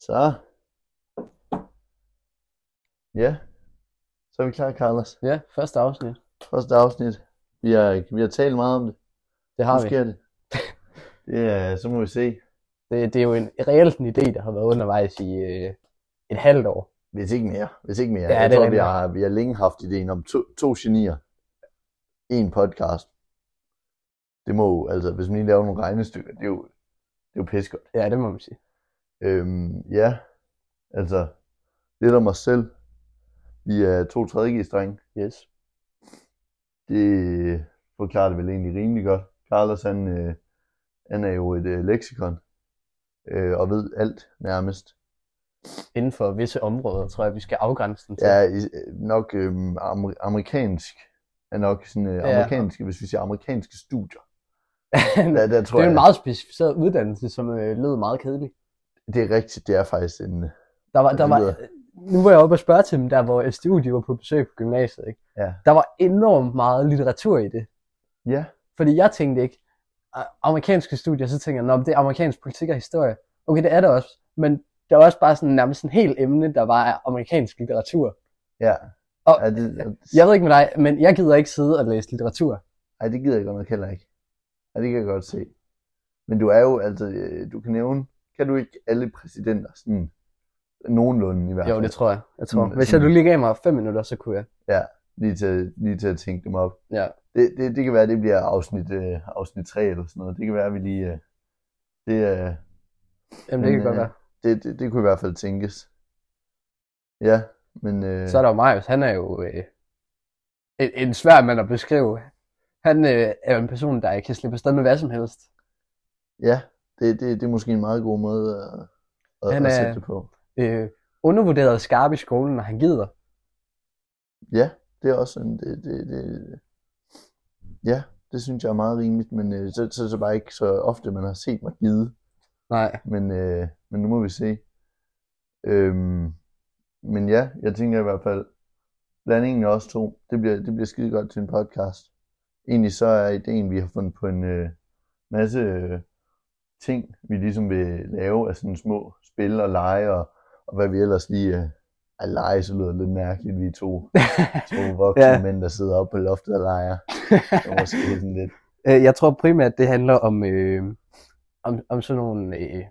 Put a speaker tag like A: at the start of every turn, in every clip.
A: Så. Ja. Så er vi klar, Carlos.
B: Ja, første afsnit.
A: Første afsnit. Vi har, vi har talt meget om det.
B: Det har
A: nu
B: vi.
A: sker det. Ja, så må vi se.
B: Det, det er jo en, reelt en idé, der har været undervejs i øh, et halvt år.
A: Hvis ikke mere. Hvis ikke mere.
B: Ja,
A: Jeg
B: det er
A: tror,
B: rigtigt.
A: vi har, vi har længe haft ideen om to, to genier. En podcast. Det må jo, altså, hvis man lige laver nogle regnestykker, det er jo, det er jo pissegodt.
B: Ja, det må man sige.
A: Øhm, ja, altså, lidt om os selv. Vi er to 3G-strenge.
B: Yes.
A: Det forklarer det vel egentlig rimelig godt. Carlos, han, øh, han er jo et øh, leksikon, øh, og ved alt nærmest.
B: Inden for visse områder, tror jeg, vi skal afgrænse den til.
A: Ja, i- øh, nok øh, amer- amerikansk er nok sådan øh,
B: Ja.
A: amerikanske, hvis vi siger amerikanske studier.
B: det
A: Der, der tror
B: er jo en
A: jeg,
B: meget specificeret uddannelse, som øh, lød meget kedelig.
A: det er rigtigt, det er faktisk en... øh,
B: Der var,
A: Ja,
B: der
A: det
B: var,
A: lyder-
B: nu var jeg oppe og spørge til dem, der hvor SDU de var på besøg på gymnasiet. Ikke?
A: Ja.
B: Der var enormt meget litteratur i det.
A: Ja,
B: Fordi jeg tænkte ikke, "Ah, amerikanske studier, så tænker jeg, "Nå, men det er amerikansk politik og historie. Okay, det er det også. Men der var også bare sådan nærmest en helt emne, der var af amerikansk litteratur.
A: ja.
B: Og-
A: ja, det, og-
B: Jeg ved ikke med dig, men jeg gider ikke sidde og læse litteratur.
A: Ej, det gider jeg godt nok heller ikke. Ej, det kan jeg godt se. Men du er jo, altså, øh, du kan nævne, kan du ikke alle præsidenter sådan nogenlunde i hvert fald?
B: Jo, det tror jeg. jeg tror.
A: Mm,
B: Hvis jeg
A: sådan-
B: nu lige gav mig fem minutter, så kunne jeg.
A: lige, til, lige til at tænke dem op.
B: Ja.
A: Det, det, det kan være, det bliver afsnit, øh, afsnit 3 eller sådan noget. Det kan være, vi lige... Øh, det, øh,
B: Jamen, det
A: Men,
B: kan godt
A: øh,
B: være.
A: det, det, det kunne i hvert fald tænkes. Ja, men... Øh,
B: Så er der jo Marius, han er jo øh, en, en svær mand at beskrive. Han øh, er jo en person, der kan slippe afsted med hvad som helst.
A: Ja, det, det, det er måske en meget god måde at, at,
B: Han
A: at
B: er-
A: sætte det på.
B: Øh, undervurderet og skarp i skolen, når han gider.
A: Ja, det er også en, det, det, det, ja, det synes jeg er meget rimeligt, men øh, så, så, så bare ikke så ofte, man har set mig gide,
B: Nej,
A: men, øh, men nu må vi se. Øhm, men ja, jeg tænker i hvert fald, blandingen af os to, det bliver, det bliver skide godt til en podcast. Egentlig så er ideen, vi har fundet på en øh, masse øh, ting, vi ligesom vil lave af sådan små spil og lege, og, og hvad vi ellers lige... Øh, at lege, så lyder det lidt mærkeligt, vi er to to voksne
B: Ja.
A: ja. mænd, der sidder oppe på loftet og leger. Det var måske sådan lidt.
B: Øh, jeg tror primært, det handler om, øh, om, om sådan nogle, øh,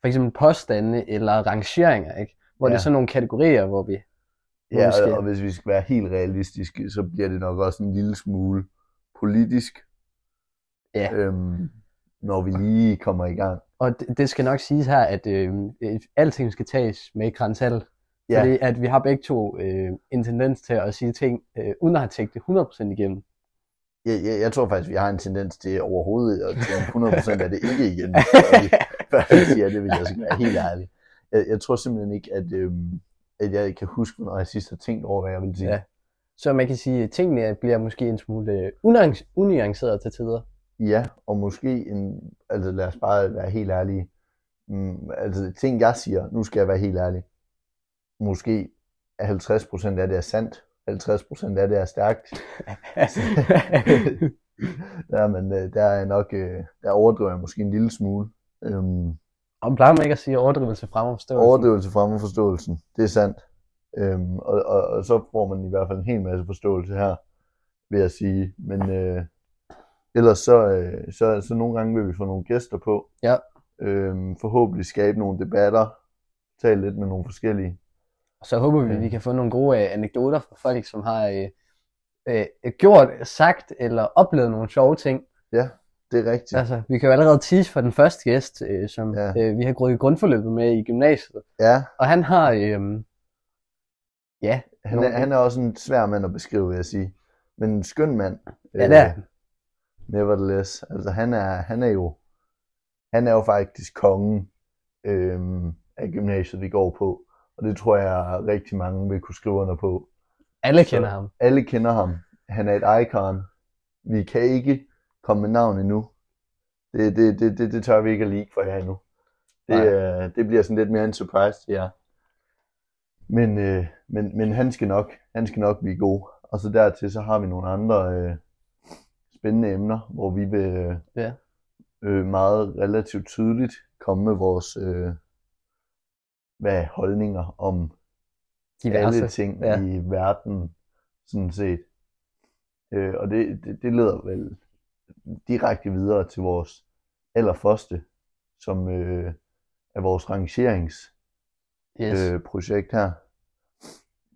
B: for eksempel påstande eller rangeringer, ikke? Hvor ja. det
A: Ja.
B: er sådan nogle kategorier, hvor vi... Hvor
A: Ja,
B: vi skal-
A: og, og hvis vi skal være helt realistiske, så bliver det nok også en lille smule politisk,
B: Ja.
A: øhm, når vi lige kommer i gang.
B: Og det, det skal nok siges her, at øh, øh, alting skal tages med grænsal.
A: Ja.
B: Ja. Fordi at vi har begge to øh, en tendens til at sige ting, øh, uden at have tænkt det 100% igennem.
A: Jeg, jeg, jeg tror faktisk, vi har en tendens til overhovedet at tænke 100% af det ikke igen, før vi, før vi siger det, hvis jeg skal være helt ærlig. Jeg, jeg tror simpelthen ikke, at, øhm, at jeg kan huske, når jeg sidst har tænkt over, hvad jeg vil sige.
B: Ja. Så man kan sige, at tingene bliver måske en smule øh, unuanc- unuancerede til tider.
A: Ja, og måske en, altså lad os bare være helt ærlige. Mm, altså ting jeg siger, nu skal jeg være helt ærlig. Måske er 50% af det er sandt, 50% af det er stærkt. Der, men øh, der er nok, øh, der overdriver jeg måske en lille smule. Øhm,
B: og plejer man ikke at sige overdrivelse frem om forståelsen?
A: overdrivelse frem for forståelsen, det er sandt. Øhm, og, og, og så får man i hvert fald en hel masse forståelse her, vil jeg sige. Men øh, ellers så, øh, så, så nogle gange vil vi få nogle gæster på.
B: Ja.
A: Øhm, forhåbentlig skabe nogle debatter, tale lidt med nogle forskellige.
B: Og så håber vi,
A: Ja.
B: at vi kan få nogle gode øh, anekdoter fra folk, som har øh, øh, gjort, sagt eller oplevet nogle sjove ting.
A: Det er rigtigt. Ja,
B: Altså, vi kan jo allerede tease for den første gæst, øh, som
A: Ja.
B: ja. øh, vi har gået i grundforløbet med i gymnasiet.
A: ja
B: Og han har... Øh, ja,
A: han,
B: Nogle-
A: er, han er også en svær mand at beskrive, vil jeg sige. Men en skøn mand.
B: Ja, det er
A: Øh, Nevertheless. Altså, han er, han er jo han er jo faktisk kongen øhm, af gymnasiet, vi går på. Og det tror jeg, rigtig mange vil kunne skrive under på.
B: alle
A: så-
B: kender ham.
A: Alle kender ham. Han er et icon. Vi kan ikke komme med navn endnu. Det, det, det, det, det tør vi ikke at leak for jer endnu. Det,
B: Nej.
A: øh, det bliver sådan lidt mere en surprise til jer. Men, øh, men, men han, skal nok, han skal nok blive god. Og så dertil, så har vi nogle andre øh, spændende emner, hvor vi vil øh,
B: Ja.
A: øh, meget relativt tydeligt komme med vores, øh, hvad holdninger om
B: Diverse.
A: alle ting
B: ja.
A: ja. i verden, sådan set. Øh, og det, det, det leder vel direkte videre til vores allerførste, som øh, er vores rangeringsprojekt
B: Yes.
A: øh, projekt her.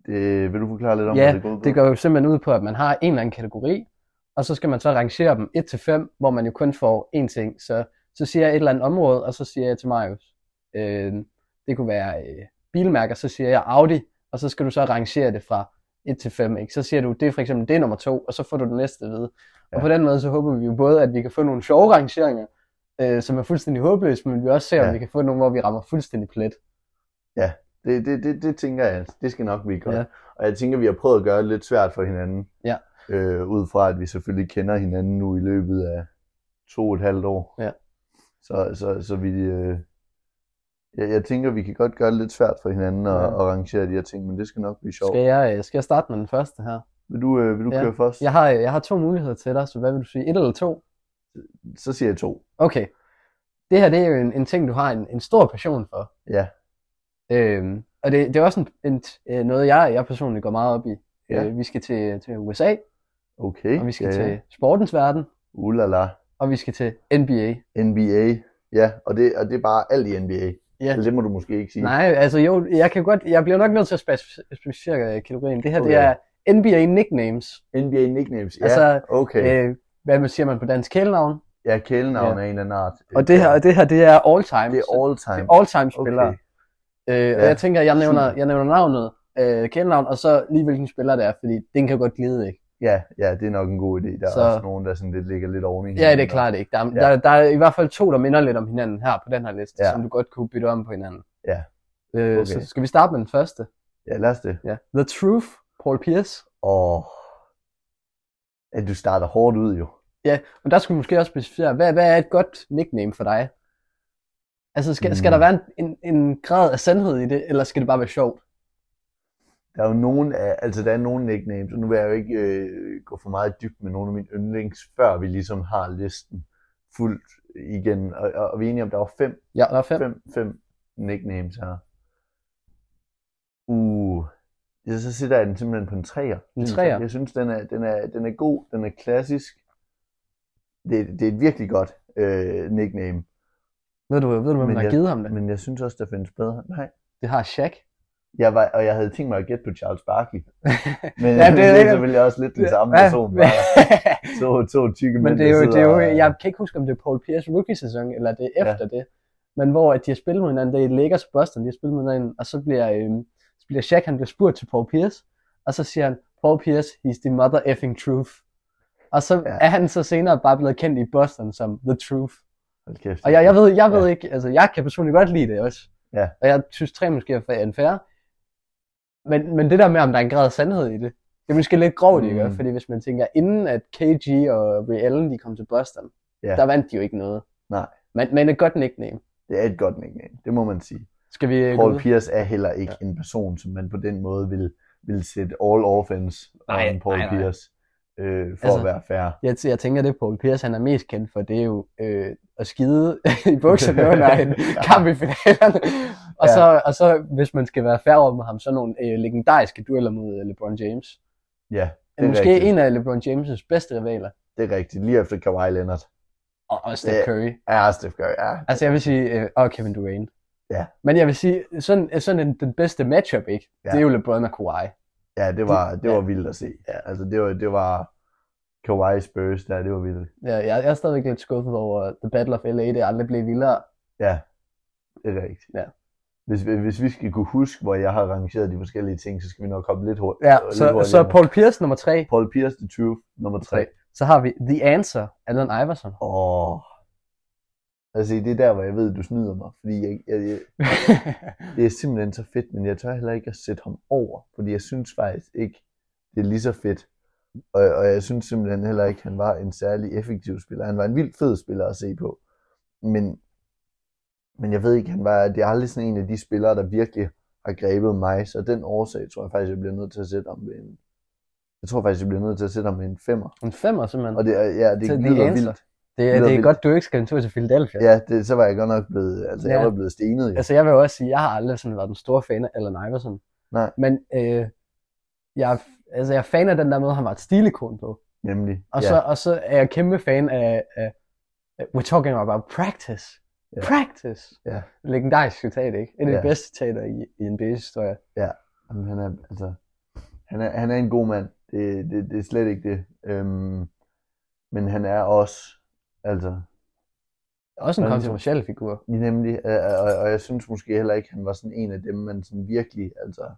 A: Det, vil du forklare lidt om,
B: Ja,
A: hvad det går ud på?
B: Det går jo simpelthen ud på, at man har en eller anden kategori, og så skal man så rangere dem 1-5, hvor man jo kun får én ting. Så, så siger jeg et eller andet område, og så siger jeg til Marius. Øh, det kunne være øh, bilmærker, så siger jeg Audi, og så skal du så rangere det fra 1-5. Ikke? Så siger du, det er for eksempel det er nummer 2, og så får du det næste ved. Og
A: Ja.
B: på den måde så håber vi jo både, at vi kan få nogle sjove rangeringer, øh, som er fuldstændig håbløse, men vi også ser, ja.
A: Ja.
B: om vi kan få nogle, hvor vi rammer fuldstændig plet.
A: Det, det, det, det tænker jeg, det skal nok blive godt.
B: Ja.
A: Ja. Og jeg tænker, vi har prøvet at gøre det lidt svært for hinanden.
B: Ja.
A: Øh, ud fra, at vi selvfølgelig kender hinanden nu i løbet af to og et halvt år.
B: Ja.
A: Så, så, så vi... Øh, jeg, jeg tænker, vi kan godt gøre det lidt svært for hinanden at,
B: Ja.
A: at arrangere de her ting, men det skal nok blive sjovt.
B: Skal jeg, øh, skal jeg starte med den første her?
A: Vil du, øh, vil du
B: Ja.
A: ja. køre først?
B: Jeg har, øh, jeg har to muligheder til dig, så hvad vil du sige? Et eller to?
A: Så siger jeg to.
B: Okay. Det her, det er jo en, en ting, du har en, en stor passion for.
A: Ja.
B: Øhm, og det, det er også en, en, t- øh, noget, jeg, jeg personligt går meget op i.
A: Ja.
B: Øh, vi skal til, til USA,
A: Okay.
B: og vi skal
A: ja, ja.
B: til sportens verden,
A: Ulala.
B: og vi skal til NBA.
A: NBA. Ja, og det, og det er bare alt i NBA.
B: Ja.
A: Eller Altså, det må du måske ikke sige.
B: Nej, altså jo, jeg kan godt, jeg bliver nok nødt til at spec- specificere øh, kategorien. Det her, det
A: Okay.
B: er NBA nicknames.
A: NBA nicknames. Ja,
B: Altså,
A: okay.
B: Øh, hvad man siger man på dansk kælenavn.
A: Ja, kælenavn ja. af en eller anden art.
B: Og det her, og det her, det er all time.
A: det er all time.
B: all time spillere.
A: Okay.
B: Øh, ja. Og
A: Ja.
B: jeg tænker, jeg nævner,
A: Super.
B: jeg nævner navnet, øh, kendenavn, og så lige hvilken spiller det er, fordi den kan jo godt glide, ikke?
A: Ja, ja, det er nok en god idé. Der
B: Så-
A: er også nogen, der sådan lidt ligger lidt oven i
B: Ja, det er
A: hinanden.
B: klart ikke. Der, er,
A: Ja.
B: der, der er i hvert fald to, der minder lidt om hinanden her på den her liste, ja.
A: Ja.
B: som du godt kunne bytte om på hinanden.
A: Ja.
B: Øh,
A: Okay.
B: Så skal vi starte med den første.
A: Ja, lad os det.
B: Ja. The Truth, Paul Pierce.
A: Og ja, du starter hårdt ud jo.
B: Men der skulle vi måske også specificere, hvad, hvad er et godt nickname for dig? Altså, skal, mm. skal
A: Mm.
B: der være en, en, en grad af sandhed i det, eller skal det bare være sjovt?
A: Der er jo nogen af, altså der er nogen nicknames, og nu vil jeg jo ikke øh, gå for meget dybt med nogle af mine yndlings, før vi ligesom har listen fuldt igen. Og, og, og vi er enige om, der var fem
B: Ja, der er fem.
A: fem, fem nicknames her. Uh, ja, så sætter jeg den simpelthen på en træer.
B: En
A: synes
B: treer?
A: Jeg, jeg synes, den er, den, er, den er god, den er klassisk. Det, det er et virkelig godt øh, nickname,
B: Ved du, ved du hvem
A: Men
B: der har
A: jeg-
B: givet ham det?
A: men jeg synes også, der findes bedre. Nej,
B: Det har Shaq.
A: jeg var, og jeg havde tænkt mig at gætte på Charles Barkley. Men
B: Ja,
A: ja,
B: det
A: det,
B: er
A: det er
B: rigtigt.
A: selvfølgelig også lidt den samme
B: Ja,
A: person.
B: men-
A: Bare to, to tykke
B: Men
A: mænd,
B: det er, jo,
A: der
B: det er
A: sidder
B: jo,
A: og-
B: jeg kan ikke huske, om det er Paul Pierce rookie-sæson, eller det er
A: Ja.
B: efter det. Men hvor at de har spillet mod hinanden, det er Lakers og Boston, de har spillet mod hinanden, og så bliver, øhm, så bliver Shaq, han bliver spurgt til Paul Pierce, og så siger han, Paul Pierce, he's the mother effing truth. Og så ja.
A: Ja.
B: er han så senere bare blevet kendt i Boston som The Truth.
A: Hold kæft,
B: Og jeg, jeg ved, jeg ved
A: Ja.
B: ikke, altså jeg kan personligt godt lide det også.
A: Ja.
B: Og jeg synes tre måske er unfair. Men, men det der med, om der er en grad af sandhed i det, det er måske lidt grovt, ikke?
A: Mm.
B: Fordi hvis man tænker, inden at KG og Ray Allen, de kom til Boston,
A: Ja.
B: der vandt de jo ikke noget.
A: Nej.
B: Men, men et godt nickname.
A: Det er et godt nickname, det må man sige.
B: Skal vi øh, gå
A: Paul
B: ud?
A: Pierce er heller ikke ja. en person, som man på den måde vil, vil sætte all offense
B: Nej,
A: on Paul
B: nej, nej.
A: Pierce, øh, for
B: Altså-
A: altså, at være fair.
B: Jeg, t- jeg tænker, det Paul Pierce, han er mest kendt for, det er jo øh, at skide i bukserne under en
A: Ja.
B: kamp i finalen. Og,
A: Ja.
B: så, og så, hvis man skal være fair over med ham, så nogle øh, legendariske dueller mod øh, LeBron James.
A: Ja,
B: Det
A: det
B: er
A: er
B: måske
A: rigtigt.
B: en af LeBron James' bedste rivaler,
A: det er rigtigt. Lige efter Kawhi Leonard.
B: og, og Steph
A: Ja.
B: Curry.
A: Ja, Steph Curry. Ja,
B: Altså jeg vil sige, øh, og Kevin Durant.
A: Ja.
B: Men jeg vil sige, sådan, sådan en, den bedste matchup, ikke? Ja.
A: Ja.
B: det er jo LeBron og Kawhi.
A: ja det var, det
B: Ja.
A: var vildt at se. Ja, altså, det var, det var Kawhi Spurs der, det var vildt.
B: Ja, jeg, jeg er stadigvæk lidt skuffet over The Battle of L.A., det aldrig blev vildere.
A: Ja, det er rigtigt.
B: Ja.
A: Hvis, hvis vi skal kunne huske, hvor jeg har rangeret de forskellige ting, så skal vi nok komme lidt hurtigt.
B: Ja, så, så Paul Pierce nummer tre,
A: Paul Pierce, The Truth, nummer 3.
B: så har vi The Answer, Allen Iverson.
A: Åh. Altså, det er der, hvor jeg ved, du snyder mig. Fordi jeg, jeg, jeg, det er simpelthen så fedt, men jeg tør heller ikke at sætte ham over, fordi jeg synes faktisk ikke, det er lige så fedt. Og, og jeg synes simpelthen heller ikke, han var en særlig effektiv spiller. Han var en vildt fed spiller at se på. Men, men jeg ved ikke, han var, det er aldrig sådan en af de spillere, der virkelig har grebet mig. Så af den årsag tror jeg faktisk, jeg bliver nødt til at sætte ham ved en... Jeg tror faktisk, jeg bliver nødt til at sætte ham ved en femmer.
B: en femmer simpelthen.
A: Og det, er- ja, det
B: Til The
A: lyder
B: Answer.
A: vildt.
B: Det,
A: lyder
B: det, det er
A: vildt.
B: godt, du ikke skal en tur til Philadelphia.
A: Ja, det, så var jeg godt nok blevet, altså ja.
B: Ja.
A: jeg var blevet stenet. Ja.
B: Altså, jeg vil jo også sige, jeg har aldrig sådan været den store fan af Allen Iverson.
A: Nej.
B: Men øh, jeg, er- altså, jeg er fan af den der måde, han var et stilikon på.
A: Nemlig.
B: Og,
A: ja.
B: ja. så, og så er jeg kæmpe fan af, af af- We're talking about practice.
A: Ja.
B: Practice.
A: Ja.
B: Legendarisk citat, ikke? En af de
A: Ja.
B: bedste citater i, i NBA-historie.
A: Jamen, han er, altså, han er, han er en god mand. Det, det, det er slet ikke det. Øhm, men han er også, altså,
B: Også en
A: Ja,
B: kontroversiel figur.
A: nemlig, øh, og, og jeg synes måske heller ikke, han var sådan en af dem, man sådan virkelig, altså,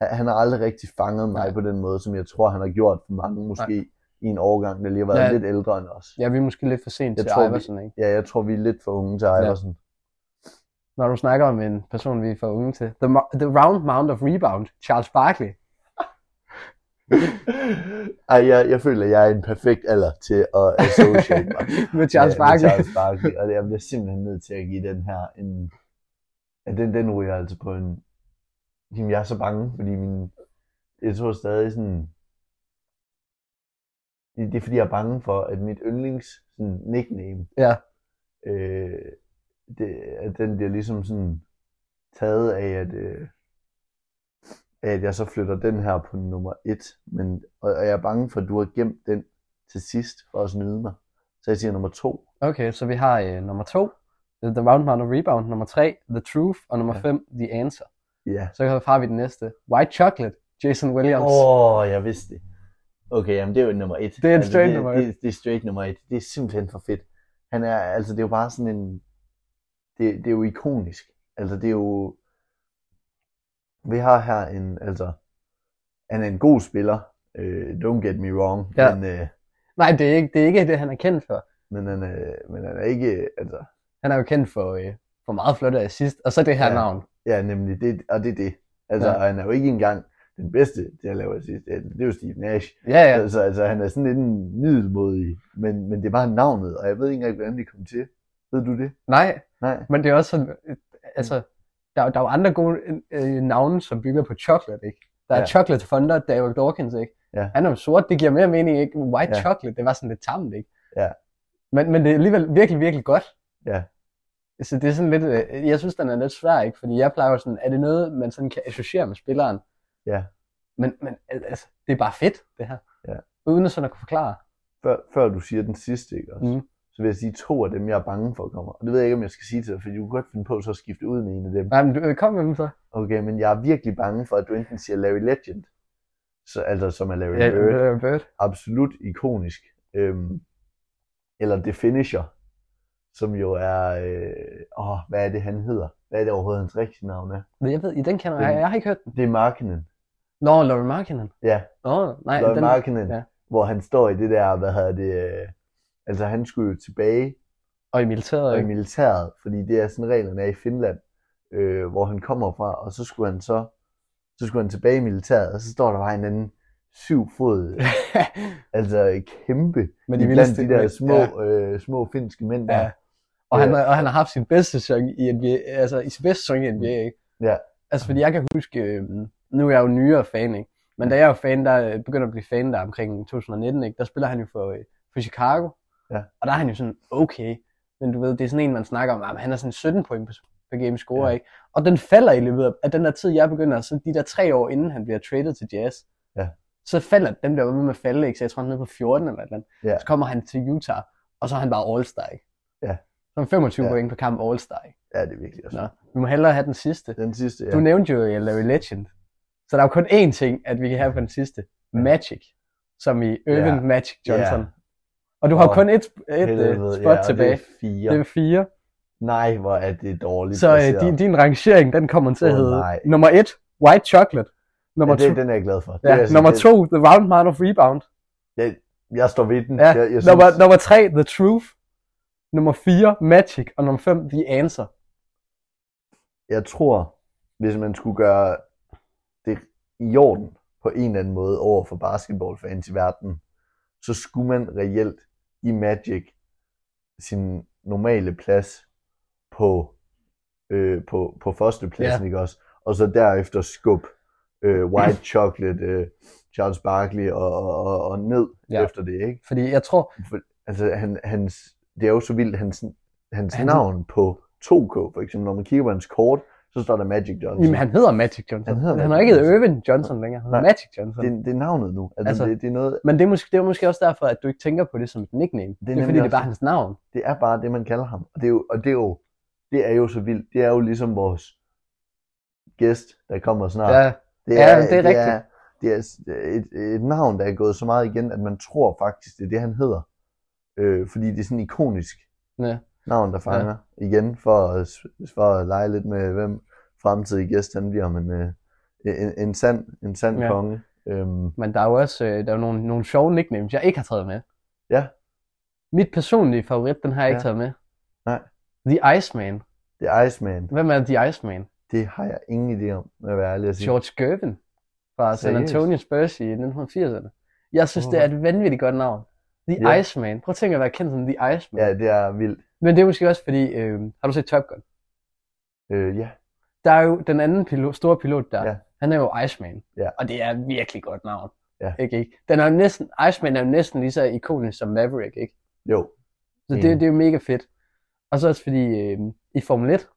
A: han han har aldrig rigtig fanget mig
B: Nej.
A: på den måde, som jeg tror, han har gjort for mange, måske i en årgang, der lige har været
B: Ja.
A: lidt ældre end os.
B: Ja, vi er måske lidt for sent
A: Jeg
B: til
A: tror, vi-
B: Iverson, ikke?
A: Ja, jeg tror, vi er lidt for unge til Iversen.
B: Når du snakker om en person, vi er for unge til. The, mo- the round mount of rebound. Charles Barkley.
A: Ej, jeg, jeg føler, at jeg er i en perfekt alder til at associate mig.
B: Med Charles
A: Oh, med- med Charles
B: Barkley.
A: Barkley, og jeg bliver simpelthen nødt til at give den her en... Ja, den, den ryger altså på en... Jamen, jeg er så bange, fordi min... Jeg tror stadig sådan... Det, det er fordi, jeg er bange for, at mit yndlings sådan, nickname...
B: Ja.
A: Øh, det, at den bliver ligesom sådan taget af, at... Øh, af, at jeg så flytter den her på nummer et, men, og, og jeg er bange for, at du har gemt den til sidst for at snyde mig. Så jeg siger nummer to.
B: Okay, så vi har øh, nummer to, The the Round Mound of Rebound, nummer tre, The Truth, og nummer
A: Ja.
B: 5, The Answer.
A: Ja.
B: Så har vi den næste, White Chocolate, Jason Williams. Oh.
A: Åh, oh, jeg vidste det. Okay, jamen det er jo nummer et. Altså,
B: Det er en straight nummer
A: det, det, det er straight nummer et. Det er simpelthen for fedt. Han er, altså det er jo bare sådan en, det, det er jo ikonisk. Altså det er jo, vi har her en, altså, han er en god spiller. Øh, don't get me wrong.
B: Ja.
A: Men, øh,
B: Nej, det er, ikke, det er ikke det, han er kendt for.
A: men, han, øh, men han er ikke, altså,
B: Han er jo kendt for, øh, for meget flotte assist, og så det her
A: Ja.
B: ja. navn.
A: ja nemlig, det, og det er det. Altså,
B: Ja.
A: ja. og han er jo ikke engang den bedste til at lave assist. Det er jo Steve Nash.
B: Ja, ja.
A: Altså, altså, han er sådan lidt en middelmodig, men, men det er bare navnet, og jeg ved ikke engang, hvordan det kom til. Ved du det?
B: Nej,
A: Nej.
B: men det er også sådan, øh,
A: Mm.
B: altså, der, er- der er jo andre gode øh, navne, som bygger på chocolate, ikke? Der er
A: Ja.
B: ja. Chocolate Thunder, Daryl Dawkins, ikke?
A: Ja.
B: Han er jo sort, det giver mere mening, ikke? White
A: Ja.
B: ja. Chocolate, det var sådan lidt tamt, ikke?
A: Ja.
B: Men, men det er alligevel virkelig, virkelig godt.
A: Ja.
B: Så det er sådan lidt, øh, jeg synes, den er lidt svær, ikke? Fordi jeg plejer jo sådan, er det noget, man sådan kan associere med spilleren?
A: Ja.
B: Men, men al- altså, det er bare fedt, det her.
A: Ja.
B: Uden at sådan at kunne forklare.
A: Før, før du siger den sidste, ikke også?
B: Mhm.
A: Så vil jeg sige, to af dem, jeg er bange for, kommer. Og det ved jeg ikke, om jeg skal sige til dig, for du kan godt finde på så at skifte ud med en af dem.
B: Nej, men du, øh, kom med dem så.
A: Okay, men jeg er virkelig bange for, at du enten siger Larry Legend, så, altså som er Larry
B: Ja,
A: Bird,
B: Bird. Bird.
A: absolut ikonisk. Øhm, eller The Finisher, som jo er... Øh, åh, hvad er det, han hedder? Hvad er det overhovedet, hans rigtige navn er?
B: Men Jeg ved, i den kender jeg,
A: Den-
B: jeg har ikke hørt den.
A: Det er Markinen.
B: Nå, Laurie Markkinen.
A: Ja,
B: Nå, nej,
A: Lloyd
B: den,
A: Markkinen,
B: ja.
A: hvor han står i det der, hvad hedder det, øh, altså han skulle jo tilbage
B: og i militæret,
A: og i
B: ikke?
A: militæret, fordi det er sådan reglerne er i Finland, øh, hvor han kommer fra, og så skulle han så, så skulle han tilbage i militæret, og så står der bare en anden syv fod, altså kæmpe,
B: Men
A: de blandt de der små, øh, små finske mænd der.
B: Ja. ja. Og, han, og han har haft sin bedste sæson i NBA, altså i sin bedste sæson i NBA, ikke?
A: Mm. Ja.
B: Altså, fordi jeg kan huske, øh, nu er jeg jo nyere fan, ikke? Men da jeg var fan, der øh, begyndte at blive fan der omkring 2019, ikke? Der spiller han jo for, øh, for Chicago.
A: Ja.
B: Og der er han jo sådan, okay. Men du ved, det er sådan en, man snakker om, at han er sådan 17 point på, på game score,
A: Ja.
B: ja. ikke? Og den falder i løbet af, af den der tid, jeg begynder, så de der tre år, inden han bliver traded til Jazz,
A: Ja.
B: så falder den der ved med at falde, ikke? Så jeg tror, han er nede på 14 eller et eller andet.
A: Ja.
B: Så kommer han til Utah, og så er han bare all-star, ikke?
A: Ja.
B: Så er han 25
A: Ja.
B: ja. point på kamp all-star, ikke?
A: Ja, det er virkelig også.
B: Nå. Vi må hellere have den sidste.
A: Den sidste, ja.
B: Du nævnte jo øh, Larry Legend. Så der er jo kun én ting, at vi kan have på den sidste. Magic. Som i Irvin
A: Ja.
B: Magic Johnson.
A: Ja.
B: Og du har
A: Åh,
B: kun et, et
A: Helvede,
B: øh, spot
A: ja, og
B: tilbage.
A: Det er fire.
B: Det er fire.
A: Nej, hvor er det dårligt.
B: Så øh,
A: placeret.
B: din, din rangering, den kommer til at
A: Åh,
B: hedde
A: nej.
B: nummer et, White Chocolate. Nummer,
A: ja, det,
B: to,
A: den er jeg glad for. Det
B: ja,
A: er sådan-
B: nummer
A: det-
B: to, The Round Man of Rebound.
A: Jeg, jeg står ved den.
B: Ja,
A: jeg, jeg
B: nummer,
A: synes-
B: nummer tre, The Truth. Nummer fire, Magic. Og nummer fem, The Answer.
A: jeg tror, hvis man skulle gøre det i orden på en eller anden måde over for basketballfans i verden, så skulle man reelt give Magic sin normale plads på, øh, på, på førstepladsen, ja. ikke også? Og så derefter skub øh, White Chocolate, øh, Charles Barkley og, og, og, og ned
B: Ja.
A: ja. efter det, ikke?
B: Fordi jeg tror,
A: Altså, han, hans det er jo så vildt, hans, hans
B: Han-
A: han... navn på 2K, for eksempel, når man kigger på hans kort, så står der Magic Johnson.
B: Jamen, han hedder Magic Johnson.
A: Han hedder
B: han
A: Magic
B: har ikke hedder
A: Johnson.
B: Irvin Johnson længere. Han hedder
A: Nej.
B: Magic Johnson.
A: det, det er navnet nu. Altså,
B: Altså-
A: altså... Det, det, er noget,
B: Men det er, måske, det er måske også derfor, at du ikke tænker på det som et nickname. Det er, det er
A: nemlig
B: fordi, det er
A: også
B: bare
A: det.
B: hans navn.
A: det er bare det, man kalder ham. Og det er jo, og det er jo, det er jo så vildt. Det er jo ligesom vores gæst, der kommer snart.
B: Ja,
A: Det
B: Ja,
A: er,
B: det er rigtigt.
A: Er, det er s- et, et navn, der er gået så meget igen, at man tror faktisk, det er det, han hedder. Øh, fordi det er sådan et ikonisk
B: Ja.
A: navn, der fanger ja. igen, for at, s- for at lege lidt med, hvem fremtidig gæst han bliver, men øh, en, en sand, en sand
B: Ja.
A: ja. konge. Øhm,
B: men der er jo også øh, der er jo nogle, nogle sjove nicknames, jeg ikke har taget med.
A: Ja.
B: Mit personlige favorit, den har jeg ikke
A: Ja.
B: taget med.
A: Nej.
B: The Iceman.
A: det er Iceman.
B: Hvem er The Iceman?
A: Det har jeg ingen idé om, må jeg være ærlig at sige.
B: George Gervin fra San
A: Seriøst?
B: Antonio Spurs i 1980'erne. Jeg synes,
A: Åh.
B: det er et vanvittigt godt navn. The
A: Ja.
B: Iceman. Prøv at tænke at være kendt som The Iceman.
A: Ja, det er vildt.
B: Men det er måske også fordi, øh, har du set Top Gun?
A: Øh, ja,
B: Der er jo den anden pilot, store pilot der, ja.
A: Ja.
B: han er jo Iceman.
A: Ja.
B: Og det er et virkelig godt navn.
A: Ja.
B: Ikke, ikke? Den er jo næsten, Iceman er jo næsten lige så ikonisk som Maverick, ikke?
A: jo.
B: Så det,
A: Enig.
B: det er jo mega fedt. Og så også fordi øh, i Formel 1,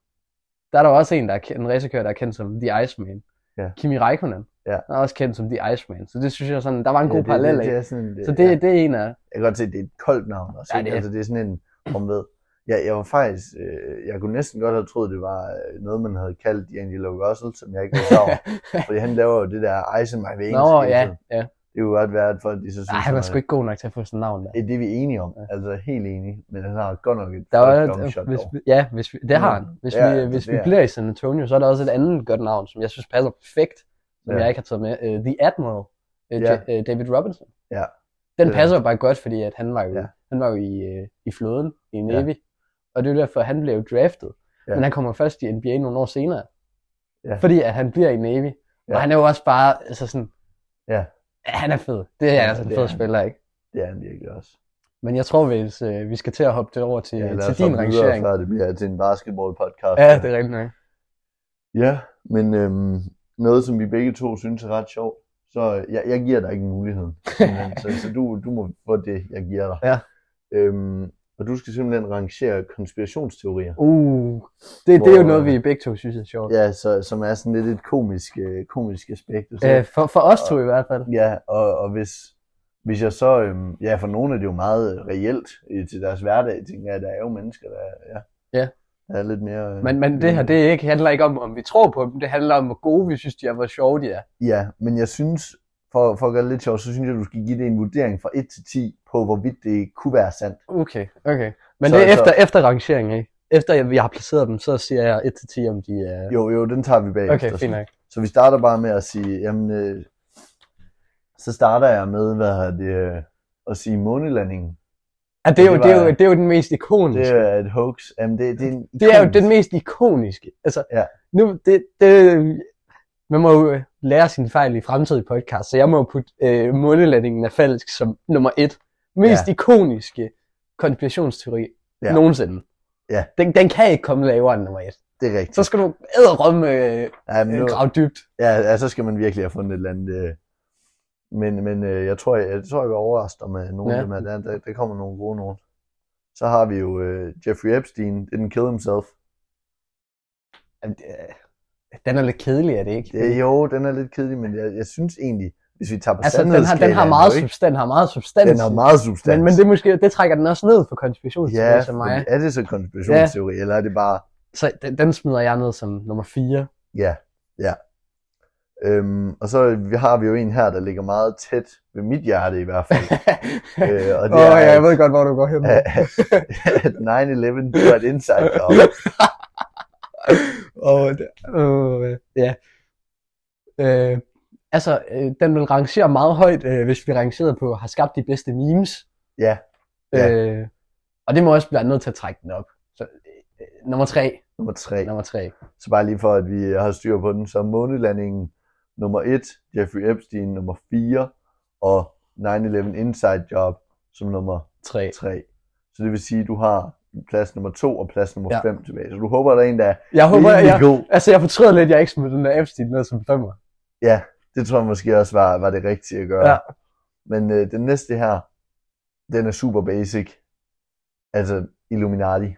B: der er der jo også en, der er kendt, en racerkører, der er kendt som The Iceman.
A: Ja.
B: Kimi Ræikkonen.
A: Ja,
B: Han er også kendt som The Iceman. Så det synes jeg sådan, der var en god
A: ja,
B: ja,
A: det-
B: parallel
A: det, det,
B: af.
A: er sådan,
B: Så det,
A: ja.
B: det er en af...
A: jeg kan godt se, at det er et koldt navn også.
B: Ja,
A: Ja, det
B: det er.
A: er. Altså, det er sådan en, om ved. Jeg, jeg var faktisk, øh, jeg kunne næsten godt have troet, det var øh, noget, man havde kaldt D'Angelo Russell, som jeg ikke var klar over. fordi han laver jo det der Eisenman ved engelsk
B: Nå,
A: hele
B: ja.
A: tiden.
B: ja.
A: Det kunne godt være, at folk de så synes,
B: Ej, han var
A: var,
B: sgu ikke god nok til at få sådan et navn der.
A: det er det, vi er enige om.
B: Ja.
A: Altså helt enige. Men han har godt nok et
B: Der
A: flot
B: var,
A: domshot
B: hvis,
A: dog.
B: vi- ja, hvis vi, det har
A: Mm.
B: han. Hvis,
A: Ja,
B: vi, øh,
A: det-
B: hvis vi
A: det er-
B: bliver i San Antonio, så er der også et andet godt navn, som jeg synes passer perfekt, som
A: Ja.
B: jeg ikke har taget med. Uh, The Admiral, uh,
A: Ja.
B: ja. David Robinson.
A: Ja.
B: Den
A: Det er
B: passer jo bare godt, fordi at han var jo, ja.
A: Ja.
B: han var jo i, uh, i flåden, i
A: Ja.
B: Navy, og det er jo derfor, han blev draftet. Ja.
A: Ja.
B: Men han kommer først i NBA nogle år senere,
A: Ja.
B: fordi at han bliver i Navy. Ja.
A: Ja.
B: Og han er jo også bare altså sådan,
A: Ja.
B: han er fed. Det er
A: Ja,
B: altså en
A: det
B: fed
A: er han.
B: spiller, ikke?
A: Det er han virkelig også.
B: Men jeg tror, hvis, øh, vi skal til at hoppe det over til,
A: lad
B: Øh, til
A: os hoppe
B: din
A: videre,
B: rangering.
A: Før det bliver til en basketball-podcast.
B: Ja, det er rigtigt nok.
A: Ja, men øhm, noget, som vi begge to synes er ret sjovt, så øh, jeg, jeg giver dig ikke muligheden. simpelthen. så så du, du må få det, jeg giver dig.
B: Ja.
A: Øhm, og du skal simpelthen rangere konspirationsteorier,
B: Uh, det, det er jo
A: Hvor,
B: noget,
A: øh,
B: vi begge to synes er sjovt.
A: ja, så, som er sådan lidt et komisk, øh, komisk aspekt. Og sådan.
B: Øh, for, for os to i hvert fald.
A: Ja, og, og hvis, hvis jeg så... Øhm, ja, for nogle er det jo meget øh, reelt øh, til deres hverdag, tænker jeg, der er jo mennesker, der, ja,
B: Ja.
A: der er lidt mere... øh,
B: Men, men det her, det er ikke, handler ikke om, om vi tror på dem. Det handler om, hvor gode vi synes, de er, hvor sjove de er.
A: Ja, men jeg synes, for, for at gøre det lidt sjovt, så synes jeg, du skal give det en vurdering fra 1 til 10 på, hvorvidt det kunne være sandt.
B: Okay, okay. Men
A: Så-
B: det er
A: så-
B: efter, efter rangeringen, ikke? Efter jeg, jeg har placeret dem, så siger jeg 1-10, om de er...
A: Jo, jo, den tager vi bagefter.
B: okay, fint nok.
A: Så vi starter bare med at sige, jamen, øh, så starter jeg med, hvad er det, øh, at sige månelandingen.
B: Ja, det, er jo,
A: Det
B: det, er jo,
A: var-
B: det er jo den mest
A: Det
B: ikoniske. Det er,
A: er et hoax. Jamen, det, det, er en
B: det er jo
A: ikonisk-
B: den mest ikoniske. Altså,
A: Ja.
B: nu, det, det, man må jo øh, lære sine fejl i fremtidige podcast, så jeg må jo putte øh, månelandingen er falsk som nummer et. Mest ja. ikoniske konspirationsteori ja.
A: Ja.
B: nogensinde.
A: Ja.
B: Den, den kan ikke komme lavere end nummer et.
A: Det er rigtigt.
B: Så skal du æderrømme øh,
A: Ja, men
B: øh,
A: nu,
B: grave dybt.
A: ja, ja, så skal man virkelig have fundet et eller andet... Øh, men, men øh, jeg tror, jeg, jeg tror, jeg vil overraske dig med nogle
B: Ja.
A: af dem. her. Der, der, der kommer nogle gode nogen. Så har vi jo øh, Jeffrey Epstein, didn't kill himself.
B: Jamen, det er- Den er lidt kedelig, er det ikke?
A: Ja, jo, den er lidt kedelig, men jeg, jeg synes egentlig, hvis vi tager på
B: altså, den har, den har meget substans, den har meget substans.
A: Den har meget substans.
B: men, men det, er måske, det trækker den også ned for konspirationsteorier
A: ja,
B: som mig.
A: fordi er det så konspirationsteori, ja. eller er det bare...
B: Så den, den smider jeg ned som nummer 4.
A: Ja, ja. Øhm, og så vi har vi jo en her, der ligger meget tæt ved mit hjerte i hvert fald. øh, og det
B: Åh,
A: er,
B: ja, jeg ved godt, hvor du går hen.
A: at, at 9-11 var et inside job.
B: Åh, det, øh, ja. Øh, altså, øh, den vil rangere meget højt, øh, hvis vi rangerede på, har skabt de bedste memes.
A: Ja, ja.
B: Øh, og det må også blive nødt til at trække den op. Så, øh, nummer 3.
A: nummer tre.
B: Nummer 3.
A: Så bare lige for, at vi øh, har styr på den. Så månelandingen nummer 1, Jeffrey Epstein nummer 4, og 9-11 Inside Job som nummer
B: 3.
A: 3. Så det vil sige, at du har plads nummer 2 og plads nummer
B: Ja.
A: 5 tilbage. Så du håber, der er en, der er
B: Jeg håber, jeg,
A: rimelig
B: jeg,
A: god.
B: altså, jeg fortryder lidt, at jeg ikke smed den der Epstein ned som femmer.
A: Ja, det tror jeg måske også var, var det rigtige at gøre.
B: Ja.
A: Men øh, den næste her, den er super basic. Altså, Illuminati.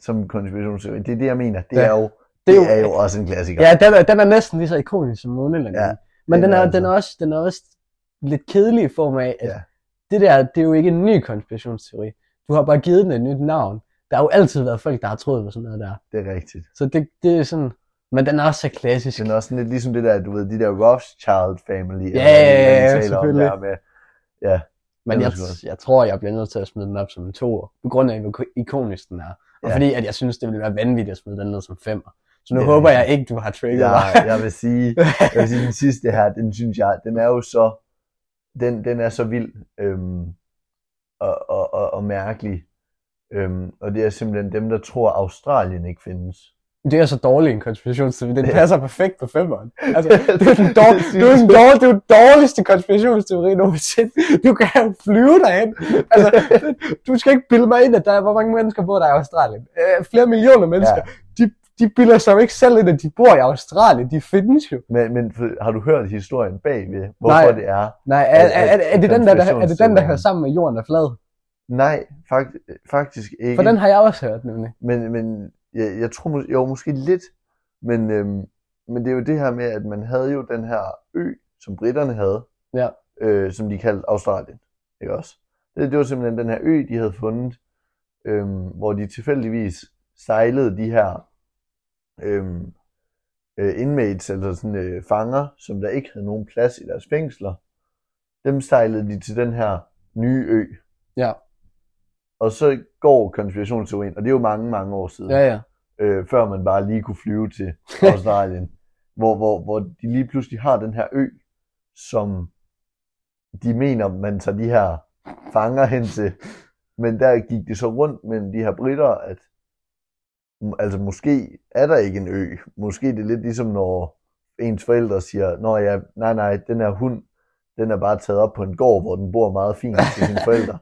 A: Som konspirationsteori. Det er det, jeg mener. Det
B: Ja.
A: er jo,
B: Det er jo-
A: er jo også en klassiker.
B: Ja, den er, den er næsten lige så ikonisk som Månelandingen.
A: Ja,
B: Ja, Men
A: det
B: den
A: er
B: er,
A: den
B: den, er også, den er også lidt kedelig i form af, at
A: Ja.
B: ja. det der, det er jo ikke en ny konspirationsteori. Du har bare givet den et nyt navn. Der har jo altid været folk, der har troet på sådan noget der.
A: Det er rigtigt.
B: Så det, det er sådan... Men den er også så klassisk.
A: Den er også sådan lidt ligesom det der, du ved, de der Rothschild family.
B: Ja,
A: eller hvad
B: ja,
A: man
B: ja,
A: taler om
B: selvfølgelig.
A: Der med,
B: Men
A: Det er
B: jeg,
A: også godt.
B: jeg tror, jeg bliver nødt til at smide den op som en toer, på grund af, hvor ikonisk den er. Og
A: Ja.
B: ja. fordi, at jeg synes, det ville være vanvittigt at smide den ned som femmer. Så nu
A: Det er
B: håber jeg
A: rigtigt.
B: ikke, du har trigget mig.
A: jeg, jeg vil sige, jeg vil sige, den sidste her, den synes jeg, den er jo så, den, den er så vild øhm, og, og, og, og mærkelig. Øhm, og det er simpelthen dem, der tror, at Australien ikke findes.
B: Det er så dårlig en konspirationsteori. Den
A: Ja.
B: passer perfekt på femmeren. Altså, det er den,
A: Det
B: dår-
A: synes
B: det er den, dår- det er den dårligste konspirationsteori nogensinde. Du kan jo flyve derhen. Altså, du skal ikke bilde mig ind, at der er, hvor mange mennesker bor der i Australien. Øh, flere millioner mennesker. Ja. De, de bilder sig jo ikke selv ind, at de bor i Australien. De findes jo.
A: Men, men for- har du hørt historien bagved, hvorfor
B: Nej.
A: det er?
B: Nej, er, er, er, er, det, den der, der, er det den, der
A: Konspirationsteorien.
B: hører sammen med jorden er flad?
A: Nej, fakt, faktisk ikke.
B: For den har jeg også hørt, nemlig.
A: Men, men jeg, jeg tror mås- jo måske lidt, men, øhm, men det er jo det her med, at man havde jo den her ø, som britterne havde,
B: Ja.
A: øh, som de kaldte Australien, ikke også? Det, det var simpelthen den her ø, de havde fundet, øhm, hvor de tilfældigvis sejlede de her øhm, øh, inmates, altså sådan øh, fanger, som der ikke havde nogen plads i deres fængsler, dem sejlede de til den her nye ø.
B: Ja.
A: Og så går konspirationsteorien, og det er jo mange, mange år siden
B: Ja, ja.
A: øh, før man bare lige kunne flyve til Australien, hvor, hvor, hvor de lige pludselig har den her ø, som de mener, man tager de her fanger hen til. Men der gik det så rundt mellem de her britter, at m- altså måske er der ikke en ø. Måske det er lidt ligesom, når ens forældre siger, Nå ja, nej nej, den her hund, den er bare taget op på en gård, hvor den bor meget fint til sine forældre.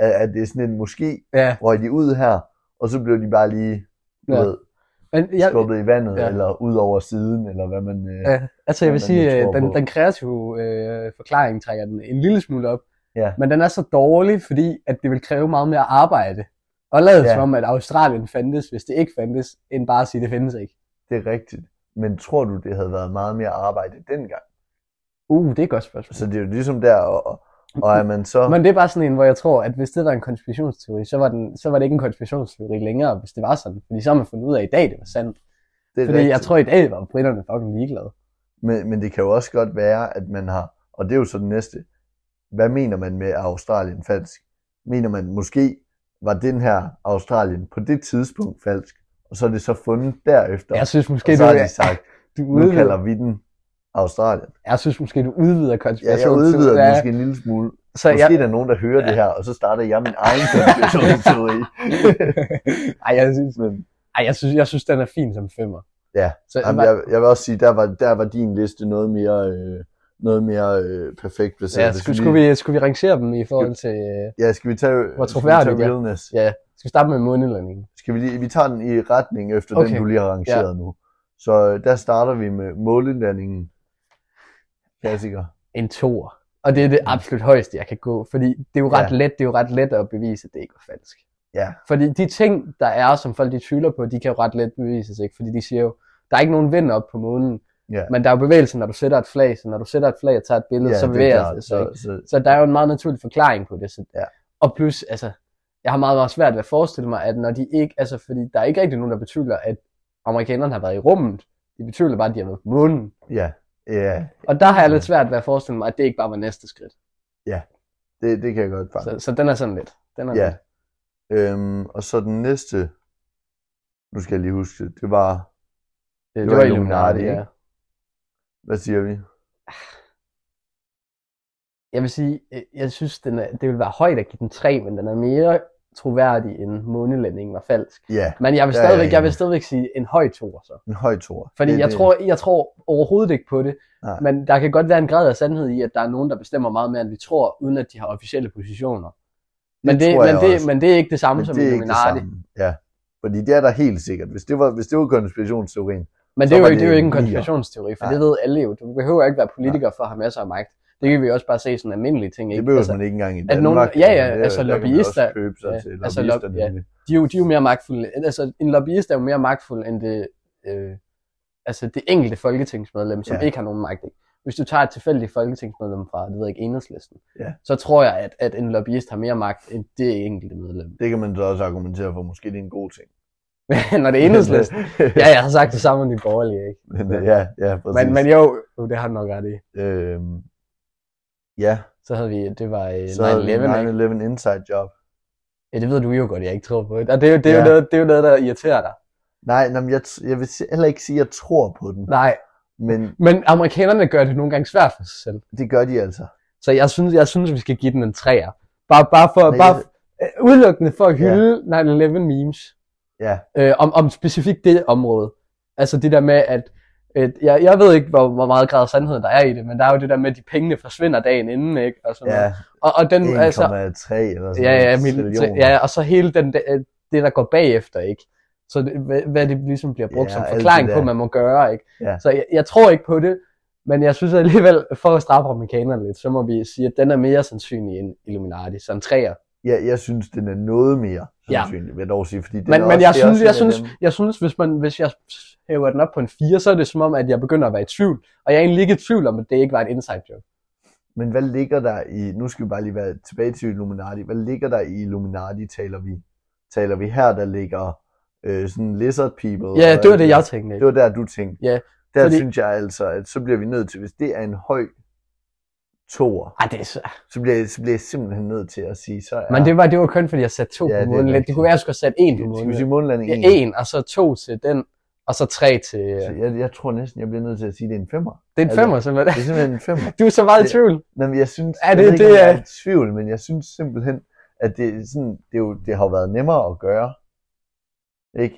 A: At, at det er sådan en, måske
B: ja.
A: røg de ud her, og så blev de bare lige, du
B: Ja.
A: ved,
B: Men jeg,
A: skubbet i vandet, ja.
B: ja.
A: eller ud over siden, eller hvad man... Øh, ja.
B: Ja, altså jeg vil
A: Hvad man
B: sige,
A: lige
B: øh,
A: tror
B: den,
A: på.
B: den kreative øh, forklaring trækker den en lille smule op,
A: Ja.
B: men den er så dårlig, fordi at det vil kræve meget mere arbejde. Og lade
A: Ja.
B: ja. som om, at Australien fandtes, hvis det ikke fandtes, end bare at sige, det findes ikke.
A: Det er rigtigt. Men tror du, det havde været meget mere arbejde dengang?
B: Uh, det er et godt spørgsmål.
A: Så det er jo ligesom der, og, og- og er man så...
B: Men det er bare sådan en, hvor jeg tror, at hvis det var en konspirationsteori, så var, den, så var det ikke en konspirationsteori længere, hvis det var sådan. Fordi så har man fundet ud af, at i dag det var sandt.
A: det er
B: Fordi
A: rigtigt.
B: jeg tror, i dag var britterne fucking ligeglade.
A: men, men det kan jo også godt være, at man har... Og det er jo så det næste. Hvad mener man med er Australien falsk? Mener man måske, var den her Australien på det tidspunkt falsk, og så er det så fundet derefter,
B: Jeg synes måske,
A: og så
B: du,
A: har de sagt,
B: du
A: nu
B: udvider,
A: kalder vi den Australien.
B: jeg synes måske, du udvider
A: Ja, jeg
B: konspirationsteori.
A: udvider den måske en lille smule.
B: Så
A: Måske
B: jeg,
A: jeg... der er nogen, der hører ja. det her, og så starter jeg min egen konspirationsteori.
B: ej, jeg synes,
A: Men,
B: Ej, jeg synes, jeg synes, den er fin som femmer.
A: Ja,
B: Så,
A: jamen, jeg, jeg vil også sige, der var, der var din liste noget mere, øh, noget mere øh, perfekt placeret.
B: ja,
A: Hvis
B: skulle, skulle, vi, skulle vi rangere dem i forhold til... Øh,
A: Ja, skal vi tage,
B: Hvor
A: skal vi
B: troværdigt,
A: tage
B: ja.
A: realness?
B: ja, skal vi starte med månelandingen?
A: Skal vi, lige, vi tager den i retning efter okay. den,
B: Okay.
A: du lige har arrangeret ja. nu. Så øh, der starter vi med målelandingen. Klassiker.
B: En toer. Og det er det absolut højeste, jeg kan gå. Fordi det er jo ret ja. let, det er jo ret let at bevise, at det ikke var falsk.
A: Ja,
B: Fordi de ting, der er, som folk de tvivler på, de kan jo ret let bevises, ikke? Fordi de siger jo, der er ikke nogen vind op på månen,
A: Ja.
B: men der er jo bevægelse, når du sætter et flag, så når du sætter et flag og tager et billede,
A: ja
B: så
A: det er
B: bevæger
A: klart.
B: det sig.
A: Så,
B: ikke?
A: så,
B: Så der er jo en meget naturlig forklaring på det. Så...
A: Ja.
B: Og plus, altså, jeg har meget, meget svært ved at forestille mig, at når de ikke, altså, fordi der er ikke rigtig nogen, der betvivler, at amerikanerne har været i rummet. De betvivler bare, at de har været på månen.
A: ja, ja
B: Og der har jeg lidt
A: Ja.
B: svært ved at forestille mig, at det ikke bare var næste skridt.
A: det, det kan jeg godt fange.
B: Så, så den er sådan lidt. Den er
A: Ja.
B: lidt.
A: Øhm, og så den næste, nu skal jeg lige huske det, det var,
B: øh, Det,
A: var Illuminati,
B: ja.
A: ikke? hvad siger vi?
B: Jeg vil sige, øh, jeg synes, den er, det ville være højt at give den 3, men den er mere troværdig, end månelandingen var falsk.
A: Ja,
B: Men jeg vil
A: Ja, ja,
B: stadigvæk, jeg vil
A: enig.
B: stadigvæk sige en høj toer så.
A: en høj tor.
B: Fordi
A: det,
B: jeg,
A: det,
B: Tror, jeg tror overhovedet ikke på det,
A: øh, Nej.
B: men der kan godt være en grad af sandhed i, at der er nogen, der bestemmer meget mere, end vi tror, uden at de har officielle positioner. Men det,
A: tror jeg
B: men det,
A: også.
B: men det er ikke det samme
A: men
B: som
A: det er ikke det
B: Illuminati.
A: samme. Ja, fordi det er der helt sikkert. Hvis det var, hvis det var konspirationsteorien,
B: Men
A: Så
B: det er, jo,
A: var
B: ikke- det
A: det
B: er jo ikke en
A: en nier.
B: konspirationsteori, for
A: Nej.
B: det ved alle jo. Du behøver ikke være politiker for at have masser af magt. Det kan vi også bare se sådan almindelige ting. Ikke?
A: Det behøver altså, man ikke engang i
B: at
A: Danmark.
B: nogen- ja, ja,
A: det er-
B: altså
A: der kan man
B: lobbyister-
A: også købe sig
B: ja,
A: til
B: altså
A: altså,
B: lob-
A: lobbyister,
B: ja.
A: nemlig.
B: de, er jo, de er jo mere magtfulde. Altså, en lobbyist er jo mere magtfuld end det, øh, altså det enkelte folketingsmedlem, som
A: Ja.
B: ja. ikke har nogen magt. Ikke? Hvis du tager et tilfældigt folketingsmedlem fra, det ved jeg ikke, enhedslisten,
A: Ja.
B: så tror jeg, at, at en lobbyist har mere magt end det enkelte medlem.
A: Det kan man så også argumentere for, måske det er en god ting.
B: Når det er enhedslisten.
A: ja,
B: ja, jeg har sagt det samme om de borgerlige, ikke?
A: men, øh, ja, ja, præcis.
B: Men, men jo, jo, det har du nok ret i.
A: øhm, ja,
B: Så havde vi, det var øh,
A: så 9-11,
B: 9-11, ikke?
A: inside job.
B: Ja, det ved du jo godt, jeg ikke tror på. Og det er jo, det er jo,
A: Ja.
B: noget, det er jo noget, der irriterer dig.
A: Nej, nej jeg, t- jeg vil si- heller ikke sige, at jeg tror på den,
B: Nej,
A: men
B: men amerikanerne gør det nogle gange svært for sig selv.
A: det gør de altså.
B: Så jeg synes, jeg synes, vi skal give den en træer. Bare, bare for,
A: Nej,
B: bare,
A: jeg-
B: øh, udelukkende for at hylde 9-11 memes.
A: Ja,
B: Øh, om, om specifikt det område. Altså det der med, at øh, jeg, jeg ved ikke, hvor, hvor meget grad sandhed der er i det, men der er jo det der med, at de pengene forsvinder dagen inden, ikke? Og, sådan
A: ja,
B: noget. og, og den,
A: 1,3
B: altså,
A: eller sådan
B: ja, ja,
A: noget
B: min,
A: trillion.
B: ja, og så hele den, der- øh, det, der går bagefter, ikke? Så det, hvad, hvad det ligesom bliver brugt
A: Ja,
B: ja, som
A: alt det
B: forklaring
A: der.
B: på, at man må gøre, ikke?
A: Ja.
B: Så jeg, jeg tror ikke på det, men jeg synes alligevel, for at straffe amerikanerne lidt, så må vi sige, at den er mere sandsynlig end Illuminati, som træer.
A: Ja, jeg synes, den er noget mere
B: Ja.
A: sandsynlig, ja. vil jeg dog sige. Fordi den
B: Men,
A: er
B: men
A: også,
B: jeg,
A: det er
B: synes,
A: også
B: jeg,
A: en af
B: synes, jeg synes, hvis, man, hvis jeg hæver den op på en 4, så er det som om, at jeg begynder at være i tvivl. Og jeg er egentlig ikke i tvivl om, at det ikke var et inside job.
A: dem. Men hvad ligger der i, nu skal vi bare lige være tilbage til Illuminati, hvad ligger der i Illuminati, taler vi, taler vi her, der ligger øh, sådan lizard people?
B: Ja,
A: og
B: det var
A: alt
B: det, jeg tænkte.
A: Det var der, du tænkte.
B: Ja,
A: Der
B: fordi-
A: synes jeg altså, at så bliver vi nødt til, hvis det er en høj toer,
B: Ej, det er så...
A: så bliver, jeg- så bliver jeg simpelthen nødt til at sige, så er
B: Men det var, det var kun, fordi jeg satte to
A: Ja, det
B: ja,
A: er
B: på måneden. Det,
A: rigtigt.
B: kunne være, at jeg skulle have sat en på
A: skal vi
B: måneden.
A: sige månedlanding
B: Ja,
A: en?
B: en, og så to til den, og så tre til...
A: Mm.
B: øh,
A: Så Jeg, jeg tror næsten, jeg bliver nødt til at sige, at det er en femmer.
B: Det er en
A: altså,
B: femmer, simpelthen.
A: Det er simpelthen en femmer.
B: Du er så meget i
A: det-
B: tvivl.
A: Nej, men jeg synes,
B: Ja,
A: jeg
B: det-
A: ved ikke,
B: det
A: om jeg
B: er-
A: i tvivl, men jeg synes simpelthen, at det, er sådan, det, er jo, det har jo været nemmere at gøre. Ikke?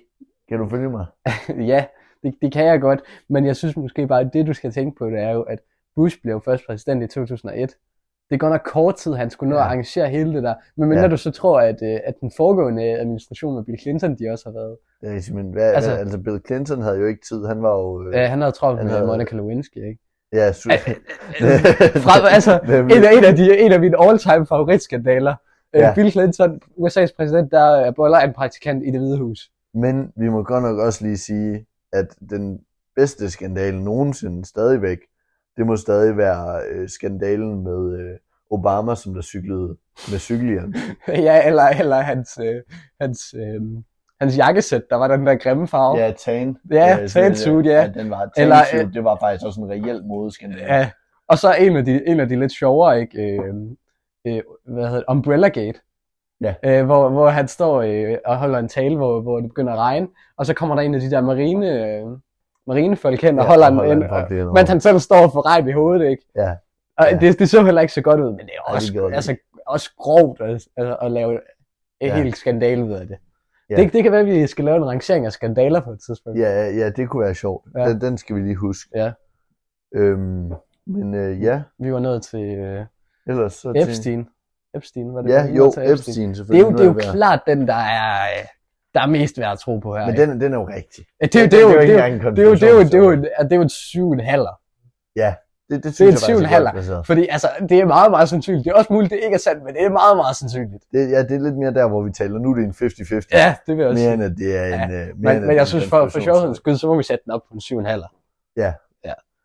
A: Kan du følge mig?
B: ja, det, det kan jeg godt. Men jeg synes måske bare, at det, du skal tænke på, det er jo, at Bush blev først præsident i 2001. Det er godt nok kort tid, han skulle nå
A: Ja.
B: at arrangere hele det der. Men mindre
A: Ja.
B: du så tror, at, øh, at den foregående administration med Bill Clinton, de også har været...
A: Det er rigtigt, men hvad, altså,
B: Altså-
A: altså, Bill Clinton havde jo ikke tid. Han var jo... Øh,
B: Øh, han havde travlt
A: han
B: med
A: havde-
B: Monica Lewinsky, ikke?
A: ja, su-
B: Fra, altså,
A: Nemlig.
B: en, af, en, af de, en af mine all-time favoritskandaler. Øh,
A: Ja.
B: Bill Clinton, USA's præsident, der øh, boller en praktikant i det hvide hus.
A: Men vi må godt nok også lige sige, at den bedste skandale nogensinde stadigvæk, det må stadig være øh, skandalen med øh, Obama, som der cyklede med cykelhjelm.
B: ja, eller, eller hans, øh, hans, øh, hans jakkesæt, der var den der grimme farve.
A: Ja, tan.
B: Ja,
A: Øh,
B: tan suit, ja.
A: Den var tan
B: Eller, øh,
A: suit, det var faktisk også en reel modeskandale.
B: Ja, og så en af de, en af de lidt sjovere, ikke? Øh, øh, hvad hedder det? Umbrella Gate.
A: Ja.
B: Øh, hvor, hvor han står øh, og holder en tale, hvor, hvor det begynder at regne, og så kommer der en af de der marine, øh, marinefolk hen og
A: Ja,
B: holder
A: og
B: en,
A: holder
B: en,
A: en pamflet
B: øh,
A: over.
B: mens han selv står og får regn i hovedet, ikke?
A: Ja.
B: Og
A: Ja.
B: Det, det så heller ikke så godt ud, men det er
A: det
B: også,
A: gjorde det
B: altså, også grovt at, altså, at lave en
A: Ja.
B: ja. helt skandale ud af det.
A: Ja.
B: Ja. det. Det kan være, at vi skal lave en rangering af skandaler på et tidspunkt.
A: Ja, ja, ja, det kunne være sjovt. Ja.
B: Ja.
A: Den, den skal vi lige huske.
B: Ja.
A: Øhm, men øh, ja,
B: Vi var nået til øh,
A: ellers så...
B: Epstein. Epstein, var
A: Til,
B: det
A: ja,
B: vi var
A: jo,
B: nået til
A: Epstein,
B: Det er
A: selvfølgelig.
B: jo, det er jo klart den, der er, øh, der er mest værd at tro på her.
A: Men
B: ikke?
A: den, den er jo rigtig.
B: Ja, det, er jo- det, er jo- det, er jo-
A: engang en
B: det, er jo- det, er jo- det, er jo
A: konspirationsteori.
B: en- at det er jo et syv en halver.
A: det, det,
B: det er
A: synes
B: en
A: jeg
B: syvende
A: faktisk er
B: halver.
A: godt placeret.
B: Fordi altså, det er meget, meget sandsynligt. Det er også muligt, det ikke er sandt, men det er meget, meget sandsynligt.
A: Det, ja, det er lidt mere der, hvor vi taler. Nu er det en 50-50.
B: Ja, det vil jeg også
A: Mere end
B: sige.
A: at det er en... øh, mere
B: Men,
A: end at
B: men
A: det er
B: jeg
A: en
B: synes, for, for
A: konspirationsteori.
B: sjovhedens skyld, så må vi sætte den op på en syv en halver.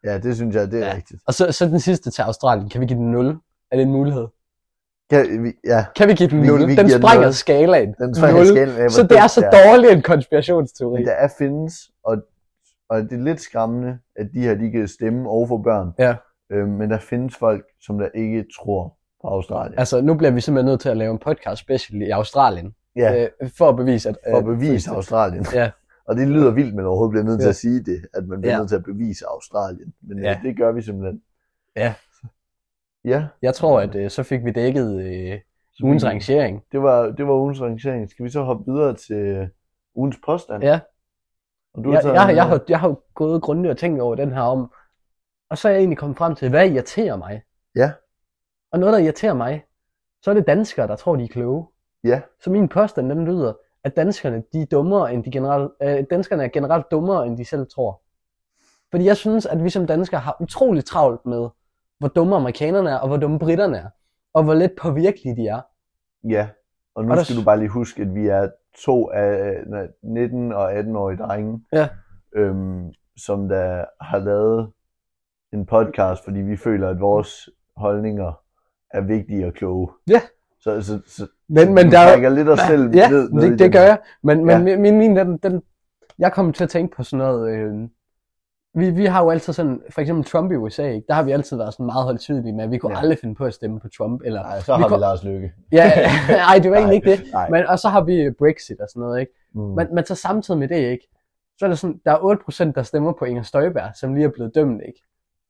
A: Ja, det synes jeg, det er
B: Ja.
A: rigtigt.
B: Og så, så den sidste til Australien. Kan vi give den 0? Er det en mulighed?
A: Kan vi, ja,
B: Kan vi give den
A: Vi-
B: 0?
A: vi
B: den
A: giver den
B: sprænger
A: nul.
B: skalaen.
A: den tror jeg,
B: Nul.
A: jeg skal af, hvor
B: Så det er
A: dumt
B: så dårligt en konspirationsteori.
A: Men der er findes, og, og det er lidt skræmmende, at de her, de kan stemme over for børn.
B: Ja.
A: Øh, men der findes folk, som der ikke tror på Australien.
B: Altså, nu bliver vi simpelthen nødt til at lave en podcast special i Australien.
A: ja,
B: Øh, for at bevise, at...
A: for at
B: at-
A: bevise Australien.
B: Ja.
A: Og det lyder vildt, men overhovedet bliver nødt til
B: Ja.
A: at sige det, at man bliver
B: Ja.
A: nødt til at bevise Australien. Men ja.
B: Ja.
A: det gør vi simpelthen.
B: Ja.
A: Ja,
B: Jeg tror, at øh, så fik vi dækket øh, ugens rangering.
A: det var, det var ugens rangering. Skal vi så hoppe videre til øh, ugens påstand?
B: Ja.
A: Og du
B: Jeg,
A: tager
B: jeg,
A: den
B: jeg,
A: med.
B: har, jeg har jo gået grundigt og tænkt over den her om, og så er jeg egentlig kommet frem til, hvad irriterer mig?
A: Ja.
B: Og noget, der irriterer mig, så er det danskere, der tror, de er kloge.
A: Ja.
B: Så min påstand, den lyder, at danskerne, de er dummere, end de generelt, øh, danskerne er generelt dummere, end de selv tror. Fordi jeg synes, at vi som danskere har utrolig travlt med hvor dumme amerikanerne er, og hvor dumme britterne er, og hvor lidt påvirkelige de er.
A: Ja, og nu
B: Og der-
A: og skal du bare lige huske, at vi er to af nej, 19 og 18-årige drenge,
B: Ja.
A: øhm, som der har lavet en podcast, fordi vi føler, at vores holdninger er vigtige og kloge.
B: Ja.
A: Så, så, så
B: Men, men
A: vi
B: der, er-
A: trækker lidt os selv
B: ja,
A: ned, ned i
B: det, det
A: den
B: gør
A: her.
B: jeg. Men, men ja. min, min den, den, jeg kom til at tænke på sådan noget... Øh, vi, vi har jo altid sådan, for eksempel Trump i USA, ikke? der har vi altid været sådan meget højtidelige med, at vi kunne ja.
A: Ja.
B: aldrig finde på at stemme på Trump. Eller,
A: Nej, så har vi,
B: kom-
A: Lars Lykke.
B: ja, ej, det var egentlig ikke det.
A: Nej.
B: Men, og så har vi øh, Brexit og sådan noget, ikke?
A: mm.
B: Men, men så samtidig med det, ikke? Så er der sådan, der er 8% der stemmer på Inger Støjberg, som lige er blevet dømt, ikke?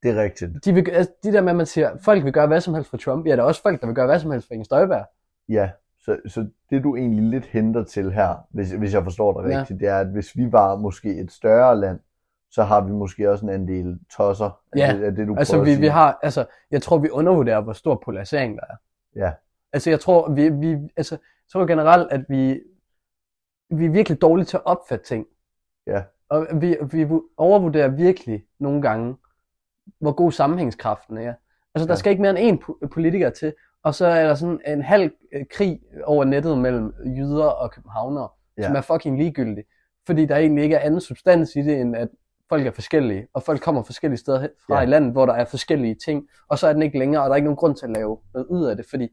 A: det er rigtigt.
B: De, vil, altså, de der med, at man siger, folk vil gøre hvad som helst for Trump, ja, der er også folk, der vil gøre hvad som helst for Inger Støjberg.
A: Ja, så, så det du egentlig lidt henter til her, hvis, hvis jeg forstår dig
B: Ja.
A: rigtigt, det er, at hvis vi var måske et større land, så har vi måske også en andel tosser af
B: Ja,
A: det, af det, du
B: Altså,
A: prøver at
B: vi,
A: sige.
B: vi har, altså, jeg tror, vi undervurderer, hvor stor polarisering der er.
A: Ja.
B: Altså, jeg tror, vi, vi altså, jeg tror generelt, at vi, vi er virkelig dårlige til at opfatte ting.
A: Ja.
B: Og vi, vi overvurderer virkelig nogle gange, hvor god sammenhængskraften er. Altså, der ja.
A: Ja.
B: skal ikke mere end én po- politiker til, og så er der sådan en halv øh, krig over nettet mellem jyder og københavnere, ja.
A: Ja.
B: som er fucking ligegyldig. Fordi der egentlig ikke er anden substans i det, end at folk er forskellige, og folk kommer forskellige steder hen- fra ja.
A: Ja.
B: i landet, hvor der er forskellige ting, og så er den ikke længere, og der er ikke nogen grund til at lave noget ud af det, fordi det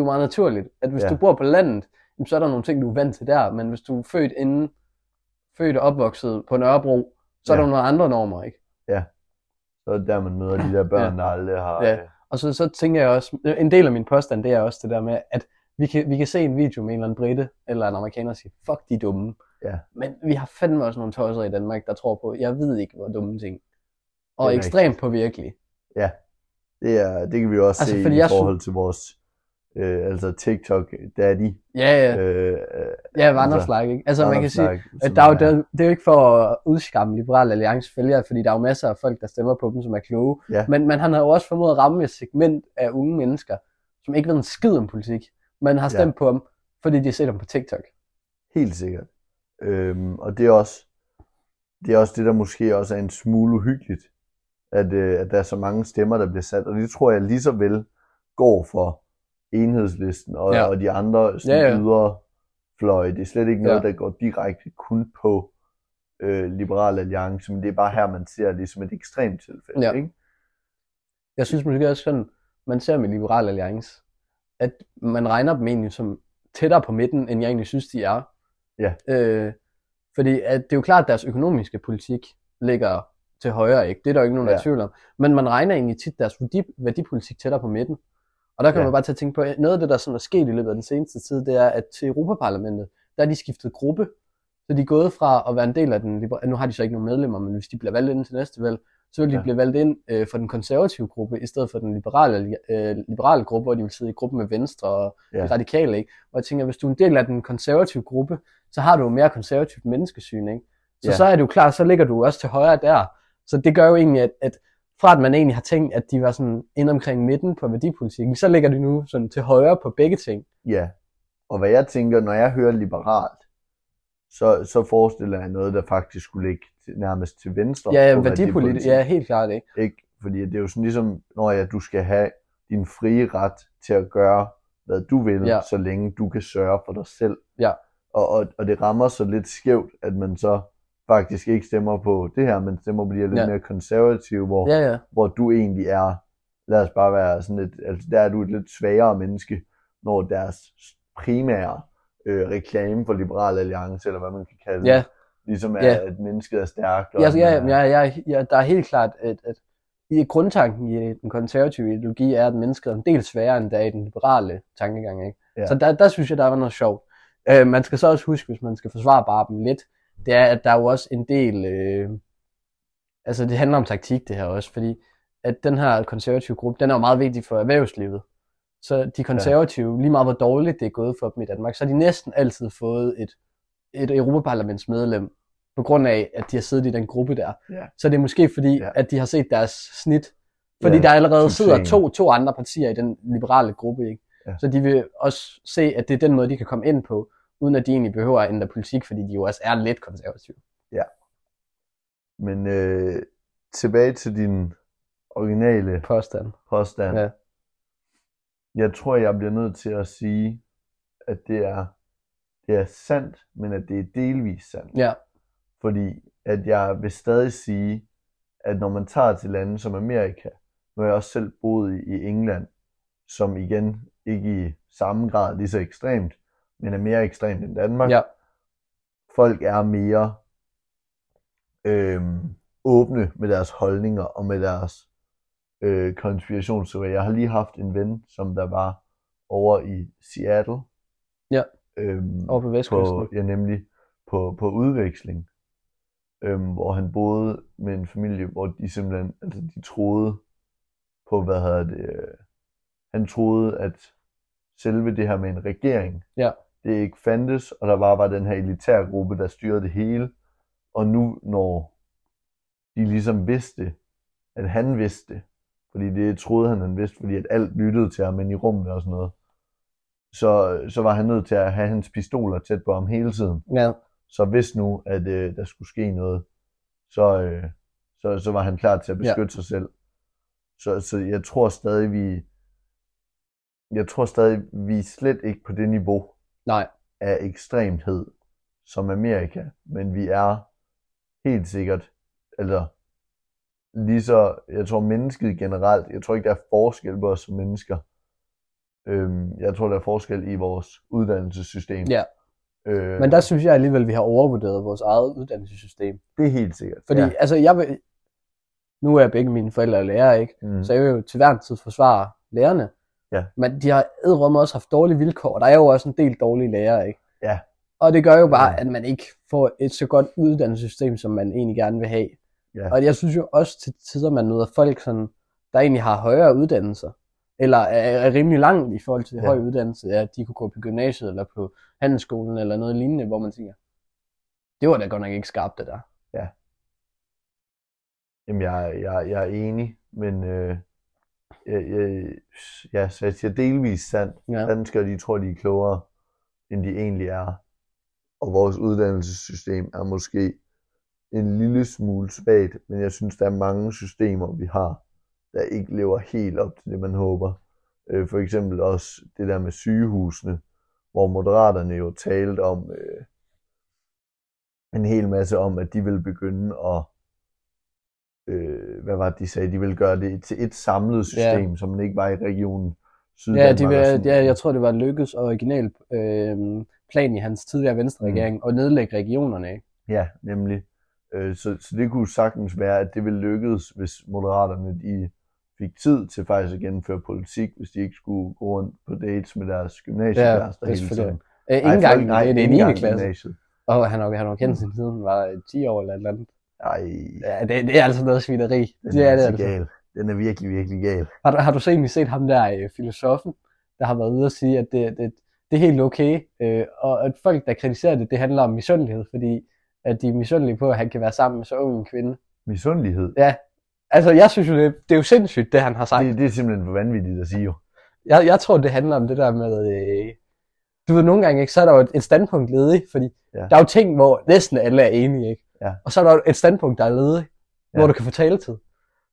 B: er jo meget naturligt, at hvis ja.
A: Ja.
B: du bor på landet, jamen, så er der nogle ting, du er vant til der, men hvis du er født inden, født og opvokset på Nørrebro, så ja. er
A: Ja.
B: der nogle andre normer, ikke?
A: Så er det der, man møder de der børn, der aldrig har...
B: Ja.
A: øh,
B: Og så, så tænker jeg også, en del af min påstand, det er også det der med, at vi kan, vi kan se en video med en eller anden brite eller en amerikaner og sige, fuck de er dumme.
A: Ja.
B: Men vi har fandme også nogle tosser i Danmark, der tror på, jeg ved ikke, hvor dumme ting.
A: Det
B: Og
A: er
B: ekstremt påvirkelige.
A: Det, er, det kan vi jo også
B: Altså,
A: altså, se
B: fordi
A: i
B: jeg
A: forhold til vores øh, altså TikTok daddy.
B: Ja, ja.
A: Øh,
B: Ja,
A: Altså,
B: Vanderslag, ikke? Altså, man kan sige, at
A: at
B: der er jo, der, det er jo ikke for at udskamme Liberal Alliance følgere, fordi der er jo masser af folk, der stemmer på dem, som er kloge.
A: Ja.
B: Men, men han har jo også formået at ramme et segment af unge mennesker, som ikke ved en skid om politik, men har
A: Ja.
B: stemt ja. på ham, fordi de har set ham på TikTok.
A: Helt sikkert. Øhm, og det er, også, det er også det, der måske også er en smule uhyggeligt, at, øh, at der er så mange stemmer, der bliver sat. Og det tror jeg lige så vel går for enhedslisten og,
B: Ja.
A: ja. og de andre sådan,
B: Ja,
A: ja,
B: ja.
A: ja. ydre fløje. Det er slet ikke noget,
B: Ja.
A: ja. der går direkte kun på øh, Liberal Alliance, men det er bare her, man ser det som et ekstremt tilfælde.
B: Ja.
A: Ikke?
B: Jeg synes måske også sådan, man ser med Liberal Alliance, at man regner dem egentlig som tættere på midten, end jeg egentlig synes, de er.
A: Ja.
B: Øh, fordi at det er jo klart, at deres økonomiske politik ligger til højre, ikke? Det er der jo ikke nogen, der er i
A: Ja.
B: tvivl om. Men man regner egentlig tit deres værdi, værdipolitik tættere på midten. Og der kan ja.
A: Ja.
B: man bare til at tænke på, at noget af det, der sådan er sket i løbet af den seneste tid, det er, at til Europaparlamentet, der er de skiftet gruppe. Så de er gået fra at være en del af den liberale... Nu har de så ikke nogen medlemmer, men hvis de bliver valgt ind til næste valg, så vil de ja.
A: Ja.
B: blive valgt ind øh, for den konservative gruppe, i stedet for den liberale, øh, liberale gruppe, hvor de vil sidde i gruppen med Venstre og ja.
A: Ja.
B: radikale. Ikke? Og jeg tænker, hvis du er en del af den konservative gruppe, så har du jo mere konservativt menneskesyn. Ikke? Så, ja.
A: Ja.
B: så er det jo klart, så ligger du også til højre der. Så det gør jo egentlig, at, at fra at man egentlig har tænkt, at de var sådan ind omkring midten på værdipolitikken, så ligger de nu sådan til højre på begge ting.
A: Ja, og hvad jeg tænker, når jeg hører liberalt, så, så forestiller jeg noget, der faktisk skulle ligge til, nærmest til venstre.
B: Ja, ja,
A: på
B: værdipolitik. Ja, helt klart, ikke?
A: Ikke? Fordi det er jo sådan ligesom, når ja, du skal have din frie ret til at gøre, hvad du vil,
B: Ja.
A: ja. så længe du kan sørge for dig selv.
B: Ja.
A: Og, og, og det rammer så lidt skævt, at man så faktisk ikke stemmer på det her, men stemmer på de her lidt
B: Ja.
A: ja. mere konservative, hvor, ja.
B: Ja, ja.
A: hvor du egentlig er, lad os bare være sådan lidt, altså der er du et lidt svagere menneske, når deres primære øh, reklame for Liberal Alliance, eller hvad man kan kalde
B: Ja,
A: det, ligesom er,
B: Ja.
A: at mennesket er stærkt.
B: Ja,
A: at
B: ja,
A: man er-
B: ja, ja, ja, der er helt klart, at, at i grundtanken i den konservative ideologi er, at mennesket er en del sværere, end der er i den liberale tankegang. Ikke? Ja.
A: Ja.
B: Så der, der synes jeg, der var noget sjovt. Øh, man skal så også huske, hvis man skal forsvare bare dem lidt, det er, at der er jo også en del... Øh, altså, det handler om taktik, det her også, fordi at den her konservative gruppe, den er jo meget vigtig for erhvervslivet. Så de konservative, ja. lige meget hvor dårligt det er gået for dem i Danmark, så har de næsten altid fået et, et europaparlamentsmedlem, på grund af, at de har siddet i den gruppe der.
A: Ja.
B: Så det er måske fordi, ja.
A: Ja.
B: at de har set deres snit. Fordi ja,
A: Ja,
B: der allerede sidder
A: succesen.
B: to, to andre partier i den liberale gruppe. Ikke?
A: Ja.
B: Så de vil også se, at det er den måde, de kan komme ind på, uden at de egentlig behøver at ændre politik, fordi de jo også er lidt konservative.
A: Men øh, tilbage til din originale
B: påstand.
A: påstand.
B: Ja.
A: Jeg tror, jeg bliver nødt til at sige, at det er, det er sandt, men at det er delvis sandt.
B: Ja,
A: Fordi at jeg vil stadig sige, at når man tager til lande som Amerika, nu har jeg også selv boet i i England, som igen ikke i samme grad lige så ekstremt, men er mere ekstremt end Danmark.
B: Ja.
A: Folk er mere øhm, åbne med deres holdninger og med deres øh, konspirationsteorier. Jeg har lige haft en ven, som der var over i Seattle.
B: Ja.
A: Øhm,
B: over på Vestkysten.
A: på, ja, nemlig på, på udveksling, øhm, hvor han boede med en familie, hvor de simpelthen, altså de troede på, hvad hedder det, øh, han troede, at selve det her med en regering,
B: Ja.
A: det ikke fandtes, og der bare var den her elitære gruppe, der styrede det hele, og nu når de ligesom vidste, at han vidste, fordi det troede han, han vidste, fordi at alt lyttede til ham ind i rummet og sådan noget, så, så var han nødt til at have hans pistoler tæt på ham hele tiden.
B: Ja,
A: Så hvis nu, at øh, der skulle ske noget, så, øh, så, så var han klar til at beskytte ja. sig selv. Så, så jeg tror stadig, vi jeg tror stadig, vi er slet ikke på det niveau
B: nej,
A: af ekstremhed som Amerika, men vi er helt sikkert, eller lige så, jeg tror mennesket generelt, jeg tror ikke, der er forskel på os som mennesker. Øhm, jeg tror, der er forskel i vores uddannelsessystem.
B: ja.
A: Øh,
B: Men der synes jeg alligevel, at vi har overvurderet vores eget uddannelsessystem.
A: det er helt sikkert.
B: Fordi, ja. altså, jeg vil... Nu er begge mine forældre lærer, ikke?
A: mm.
B: Så jeg vil jo til hver en tid forsvare lærerne.
A: Ja.
B: Men de har edderomme også haft dårlige vilkår, og der er jo også en del dårlige lærere, ikke?
A: Ja.
B: Og det gør jo bare,
A: Ja.
B: at man ikke får et så godt uddannelsessystem, som man egentlig gerne vil have.
A: Ja.
B: Og jeg synes jo også til tider, man møder folk, sådan, der egentlig har højere uddannelser, eller er, er rimelig langt i forhold til
A: Ja.
B: høj uddannelse, at de kunne gå på gymnasiet, eller på handelsskolen, eller noget lignende, hvor man tænker, det var da godt nok ikke skarpt, det der.
A: Jamen, jeg, jeg, jeg er enig, men øh, jeg, jeg, ja, så jeg siger delvis sandt.
B: Ja.
A: Danskere, de tror, de er klogere, end de egentlig er. Og vores uddannelsessystem er måske en lille smule svagt, men jeg synes, der er mange systemer, vi har, der ikke lever helt op til det, man håber. Øh, for eksempel også det der med sygehusene, hvor moderaterne jo talte om øh, en hel masse om, at de ville begynde at øh, hvad var det, de sagde, de ville gøre det til et samlet system, som man ikke var i regionen Syddanmark.
B: Ja, de
A: og
B: vil,
A: sådan-
B: ja, jeg tror, det var Lykkes original øh, plan i hans tidligere venstre regering at nedlægge regionerne. Ikke?
A: Ja, nemlig. Øh, så, så det kunne sagtens være, at det ville lykkes, hvis moderaterne de fik tid til faktisk at gennemføre politik, hvis de ikke skulle gå rundt på dates med deres gymnasieklasser
B: det er
A: hele
B: selvfølgelig.
A: tiden.
B: Øh, ikke
A: folk-
B: engang, nej, det er
A: ikke
B: 9.
A: engang
B: klasse.
A: gymnasiet.
B: Og han har han har kendt sin siden, han var øh, 10 år eller et eller andet.
A: Ej,
B: Ja, det, det er altså noget svineri.
A: den
B: Det
A: er,
B: er det
A: altså
B: altså.
A: gal. Den er virkelig, virkelig gal.
B: Har du, har du så egentlig set ham der, øh, filosofen, der har været ude og sige, at det, det, det er helt okay, øh, og at folk, der kritiserer det, det handler om misundelighed, fordi at de er misundelige på, at han kan være sammen med så ung en kvinde.
A: Misundelighed.
B: Altså, jeg synes jo, det, det er jo sindssygt, det han har sagt.
A: Det, det er simpelthen for vanvittigt at sige jo.
B: jeg, jeg tror, det handler om det der med, øh, du ved, nogle gange, ikke, så er der jo et, et standpunkt ledig, fordi ja.
A: Ja.
B: der er jo ting, hvor næsten alle er enige, ikke?
A: Ja.
B: Og så er der jo et standpunkt, der er ledig, ja. hvor
A: Ja.
B: du kan få taletid.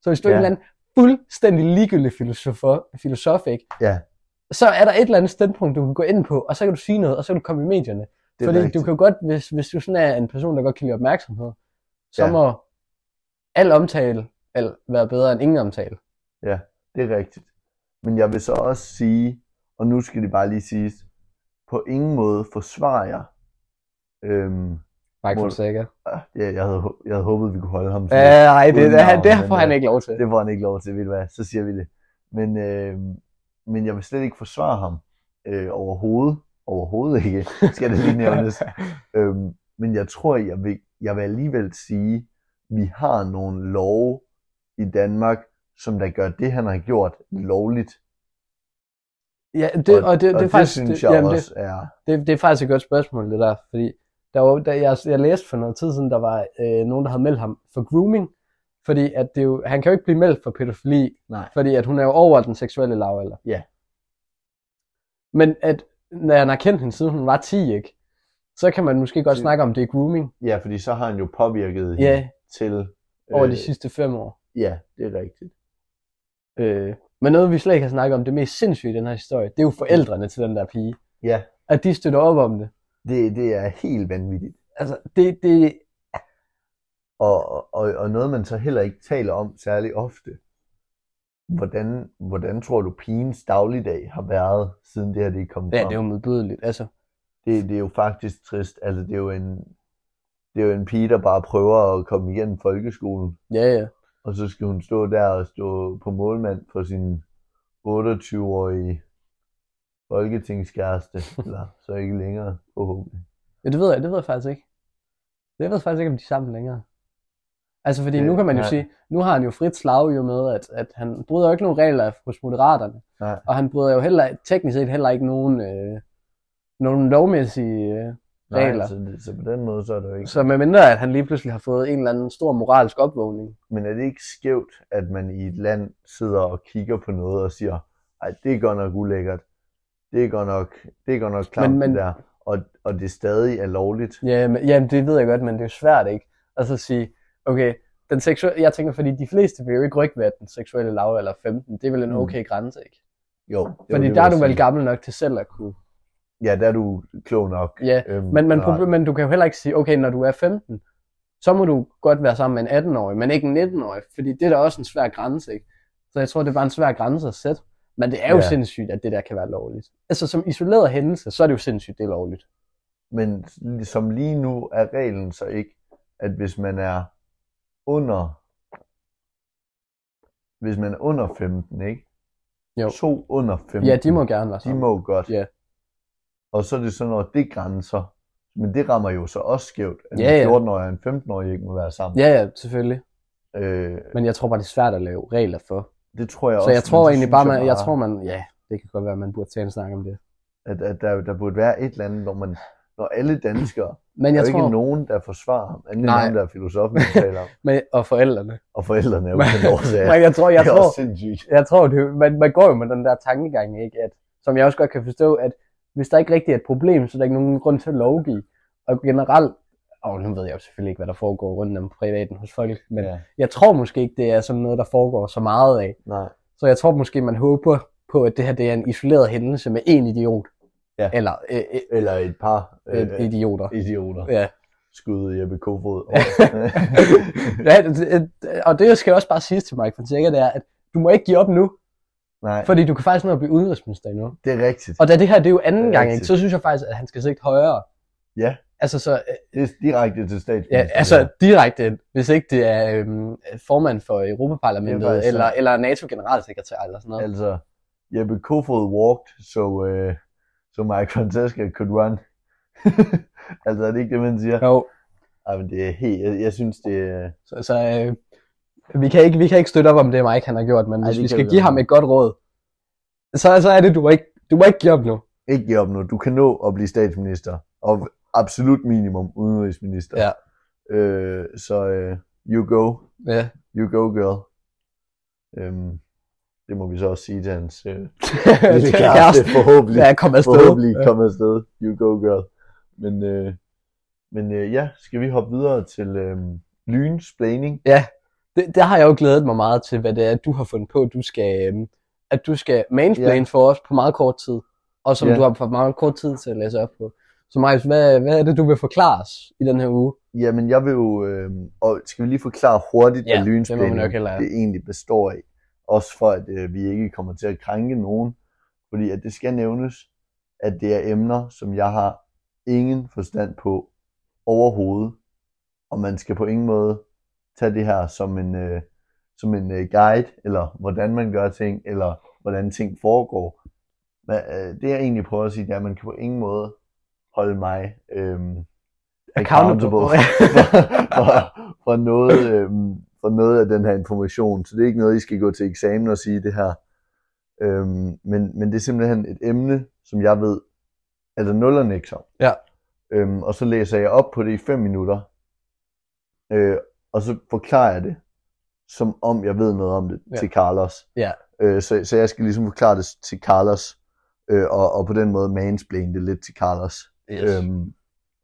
B: Så hvis du er
A: Ja.
B: en eller anden fuldstændig ligegyldig filosof, filosof ikke?
A: Ja.
B: så er der et eller andet standpunkt, du kan gå ind på, og så kan du sige noget, og så kan du komme i medierne.
A: Det er
B: Fordi
A: rigtigt.
B: du kan jo godt, hvis, hvis du sådan er en person, der godt kan lide opmærksomhed, så
A: Ja.
B: må al omtale al, være bedre end ingen omtale.
A: Det er rigtigt. Men jeg vil så også sige, og nu skal det bare lige siges, på ingen måde forsvarer jeg øhm,
B: Mike
A: Må-
B: Fonseca.
A: Ah, Ja, jeg havde, hå- jeg havde håbet, vi kunne holde ham. til det.
B: Ja, nej, det,
A: uden
B: det,
A: navn,
B: det,
A: men,
B: får han
A: øh,
B: ikke lov til.
A: Det får han ikke lov til, ved du hvad? Så siger vi det. Men, øh, men jeg vil slet ikke forsvare ham øh, overhovedet. Overhovedet ikke, skal det lige nævnes. øhm, men jeg tror, jeg vil, jeg vil alligevel sige, vi har nogle love i Danmark, som der gør det, han har gjort, lovligt.
B: Ja, det, og det, det,
A: og
B: er
A: det
B: faktisk,
A: synes jeg
B: jamen,
A: også er...
B: Det, det, det er faktisk et godt spørgsmål, det der, fordi der var, der, jeg, jeg læste for noget tid siden, der var øh, nogen, der havde meldt ham for grooming, fordi at det jo, han kan jo ikke blive meldt for pædofili,
A: Nej.
B: fordi at hun er jo over den seksuelle lavalder.
A: Ja.
B: Men at, når han har kendt hende siden hun var 10, ikke? så kan man måske godt
A: Det-
B: snakke om, det er grooming
A: Ja, fordi så har han jo påvirket hende
B: ja,
A: til...
B: over de
A: øh,
B: sidste fem år.
A: Ja, det er rigtigt.
B: Øh, men noget, vi slet ikke har snakket om, det mest sindssyge i den her historie, det er jo forældrene til den der pige.
A: Ja,
B: At de støtter op om det.
A: det, det er helt vanvittigt.
B: Altså, det, det,
A: Og, og, og noget, man så heller ikke taler om særlig ofte. Hvordan, hvordan tror du, pigens dagligdag har været, siden det her det er kommet
B: ja,
A: frem?
B: det er jo modbydeligt. Altså,
A: det, det er jo faktisk trist. Altså, det er jo en, det er jo en pige, der bare prøver at komme igennem folkeskolen,
B: ja, ja.
A: og så skal hun stå der og stå på målmand for sin 28-årige folketingskæreste, eller så ikke længere, forhåbentlig.
B: ja det, ved jeg, det ved jeg faktisk ikke. Jeg ved faktisk ikke, om de er sammen længere. Altså, fordi
A: Det-
B: nu kan man jo
A: nej.
B: sige, nu har han jo frit slag jo med, at, at han bryder jo ikke nogen regler hos moderaterne.
A: Nej.
B: Og han bryder jo heller, teknisk set heller ikke nogen, øh, nogen lovmæssige øh,
A: Nej,
B: Regler.
A: så, det, så på den måde, så er det jo ikke.
B: Så medmindre at han lige pludselig har fået en eller anden stor moralsk opvågning.
A: Men er det ikke skævt, at man i et land sidder og kigger på noget og siger, ej, det er godt nok ulækkert, det er godt nok, det er godt nok klamt,
B: men-
A: det der, og, og det stadig er lovligt.
B: Ja, men, jamen, det ved jeg godt, men det er jo svært, ikke? Og så sige, okay, den seksuelle, jeg tænker, fordi de fleste vil jo ikke rykke ved, at den seksuelle lav eller 15, det er vel en
A: Mm.
B: okay grænse, ikke?
A: Jo, det var
B: Fordi
A: det,
B: der er
A: jeg
B: du
A: ville
B: vel gammel nok til selv at kunne.
A: Ja, der er du klog nok.
B: Ja,
A: øhm,
B: Men, men,
A: generelt.
B: proble- men du kan jo heller ikke sige, okay, når du er 15, så må du godt være sammen med en 18-årig, men ikke en 19-årig, fordi det er da også en svær grænse, ikke? Så jeg tror, det er bare en svær grænse at sætte. Men det er jo
A: Ja.
B: sindssygt, at det der kan være lovligt. Altså som isoleret hændelse, så er det jo sindssygt, det er lovligt.
A: men som lige nu er reglen så ikke, at hvis man er under hvis man er under 15, ikke?
B: Jo.
A: To under 15.
B: Ja, de må gerne være
A: de
B: sammen.
A: må godt.
B: Ja.
A: Og så er det sådan, når det grænser, men det rammer jo så også skævt, at
B: Ja, ja.
A: en 14-årig og en 15-årig ikke må være sammen.
B: Ja, ja, selvfølgelig.
A: Øh,
B: Men jeg tror bare, det er svært at lave regler for.
A: det tror jeg også.
B: så jeg
A: men
B: tror
A: det
B: egentlig
A: synes
B: bare, man, jeg tror man, ja, det kan godt være, man burde tage en snak om det.
A: at, at der, der burde være et eller andet, hvor man, når alle danskere
B: Men
A: Der er
B: jeg
A: jo
B: tror,
A: ikke nogen, der forsvarer ham, anden end
B: Nej.
A: ham, der er filosofen, der taler om.
B: men, og forældrene.
A: Og forældrene er jo
B: Men-
A: den årsag.
B: Men jeg tror, jeg
A: det er
B: tror,
A: også sindssygt.
B: jeg tror, det, man, man går jo med den der tankegang, ikke? At, som jeg også godt kan forstå, at hvis der ikke rigtig er et problem, så er der ikke nogen grund til at lovgive. Og generelt, og nu ved jeg jo selvfølgelig ikke, hvad der foregår rundt om privaten hos folk, men ja.
A: ja.
B: jeg tror måske ikke, det er sådan noget, der foregår så meget af.
A: Nej.
B: Så jeg tror måske, man håber på, at det her det er en isoleret hændelse med én idiot.
A: Ja.
B: Eller øh, øh,
A: Eller et par øh,
B: øh, idioter.
A: idioter.
B: Ja.
A: Skud Jeppe Kofod.
B: ja, det- det- og det skal også bare siges til Mike Fonseca, det er, at du må ikke give op nu,
A: Nej,
B: fordi du kan faktisk nå at blive udenrigsminister endnu.
A: det er rigtigt.
B: Og da det her det er jo anden
A: Det er
B: er gang, ikke,
A: rigtigt.
B: så synes jeg faktisk, at han skal sigte højere.
A: Ja.
B: Altså, så, øh,
A: Det er direkte til
B: ja,
A: statsministeren.
B: altså direkte, hvis ikke det er øhm, formand for
A: Det er
B: Europaparlamentet,
A: faktisk
B: eller,
A: sandt.
B: eller NATO-generalsekretær, eller sådan noget.
A: Altså, Jeppe Kofod walked, so, uh, so Mike Francesca could run. altså, er det ikke det, man siger?
B: Jo,
A: Ej, men det er helt... Jeg, jeg synes, det er...
B: så, så øh, vi, kan ikke, vi kan ikke støtte op om det, Mike han har gjort, men
A: Ej,
B: Ej, hvis
A: det
B: vi
A: kan
B: skal
A: vi
B: give
A: godt.
B: ham et godt råd, så, så er det, du må ikke, du må ikke give op nu.
A: Ikke give op nu. Du kan nå at blive statsminister. Og absolut minimum udenrigsminister.
B: Ja.
A: Øh, så øh, you go.
B: Ja.
A: You go, girl. Øhm, det må vi så også sige til hans øh,
B: det
A: lille
B: er
A: kæreste, forhåbentlig.
B: Ja, kom afsted.
A: forhåbentlig
B: Ja.
A: kom afsted. You go, girl. Men, øh, men øh, ja, skal vi hoppe videre til øh, lynsplaining?
B: det, der har jeg jo glædet mig meget til, hvad det er, du har fundet på, du skal, øhm, at du skal mansplain
A: Ja.
B: yeah. for os på meget kort tid, og som
A: Ja.
B: yeah. du har fået meget kort tid til at læse op på. Så Marius, hvad, hvad er det, du vil forklare os i den her uge?
A: Jamen, jeg vil jo... Øh, og skal vi lige forklare hurtigt,
B: Ja,
A: hvad
B: det må vi
A: lynsplaining
B: nok hellere.
A: det egentlig består af? Også for, at øh, vi ikke kommer til at krænke nogen. Fordi at det skal nævnes, at det er emner, som jeg har ingen forstand på overhovedet. Og man skal på ingen måde tage det her som en, øh, som en øh, guide, eller hvordan man gør ting, eller hvordan ting foregår. Men, øh, det jeg egentlig prøver at sige, det er, at man kan på ingen måde holde mig øh, accountable for, for, noget, øh, for noget af den her information. Så det er ikke noget, I skal gå til eksamen og sige det her. Øh, men, men det er simpelthen et emne, som jeg ved, altså nul og niks om.
B: Ja.
A: Øhm, og så læser jeg op på det i 5 minutter, øh, og så forklarer jeg det, som om jeg ved noget om det,
B: Ja.
A: ja. til Carlos.
B: Ja.
A: Øh, så, så jeg skal ligesom forklare det til Carlos, øh, og, og på den måde mansplain det lidt til Carlos.
B: Yes.
A: Øhm,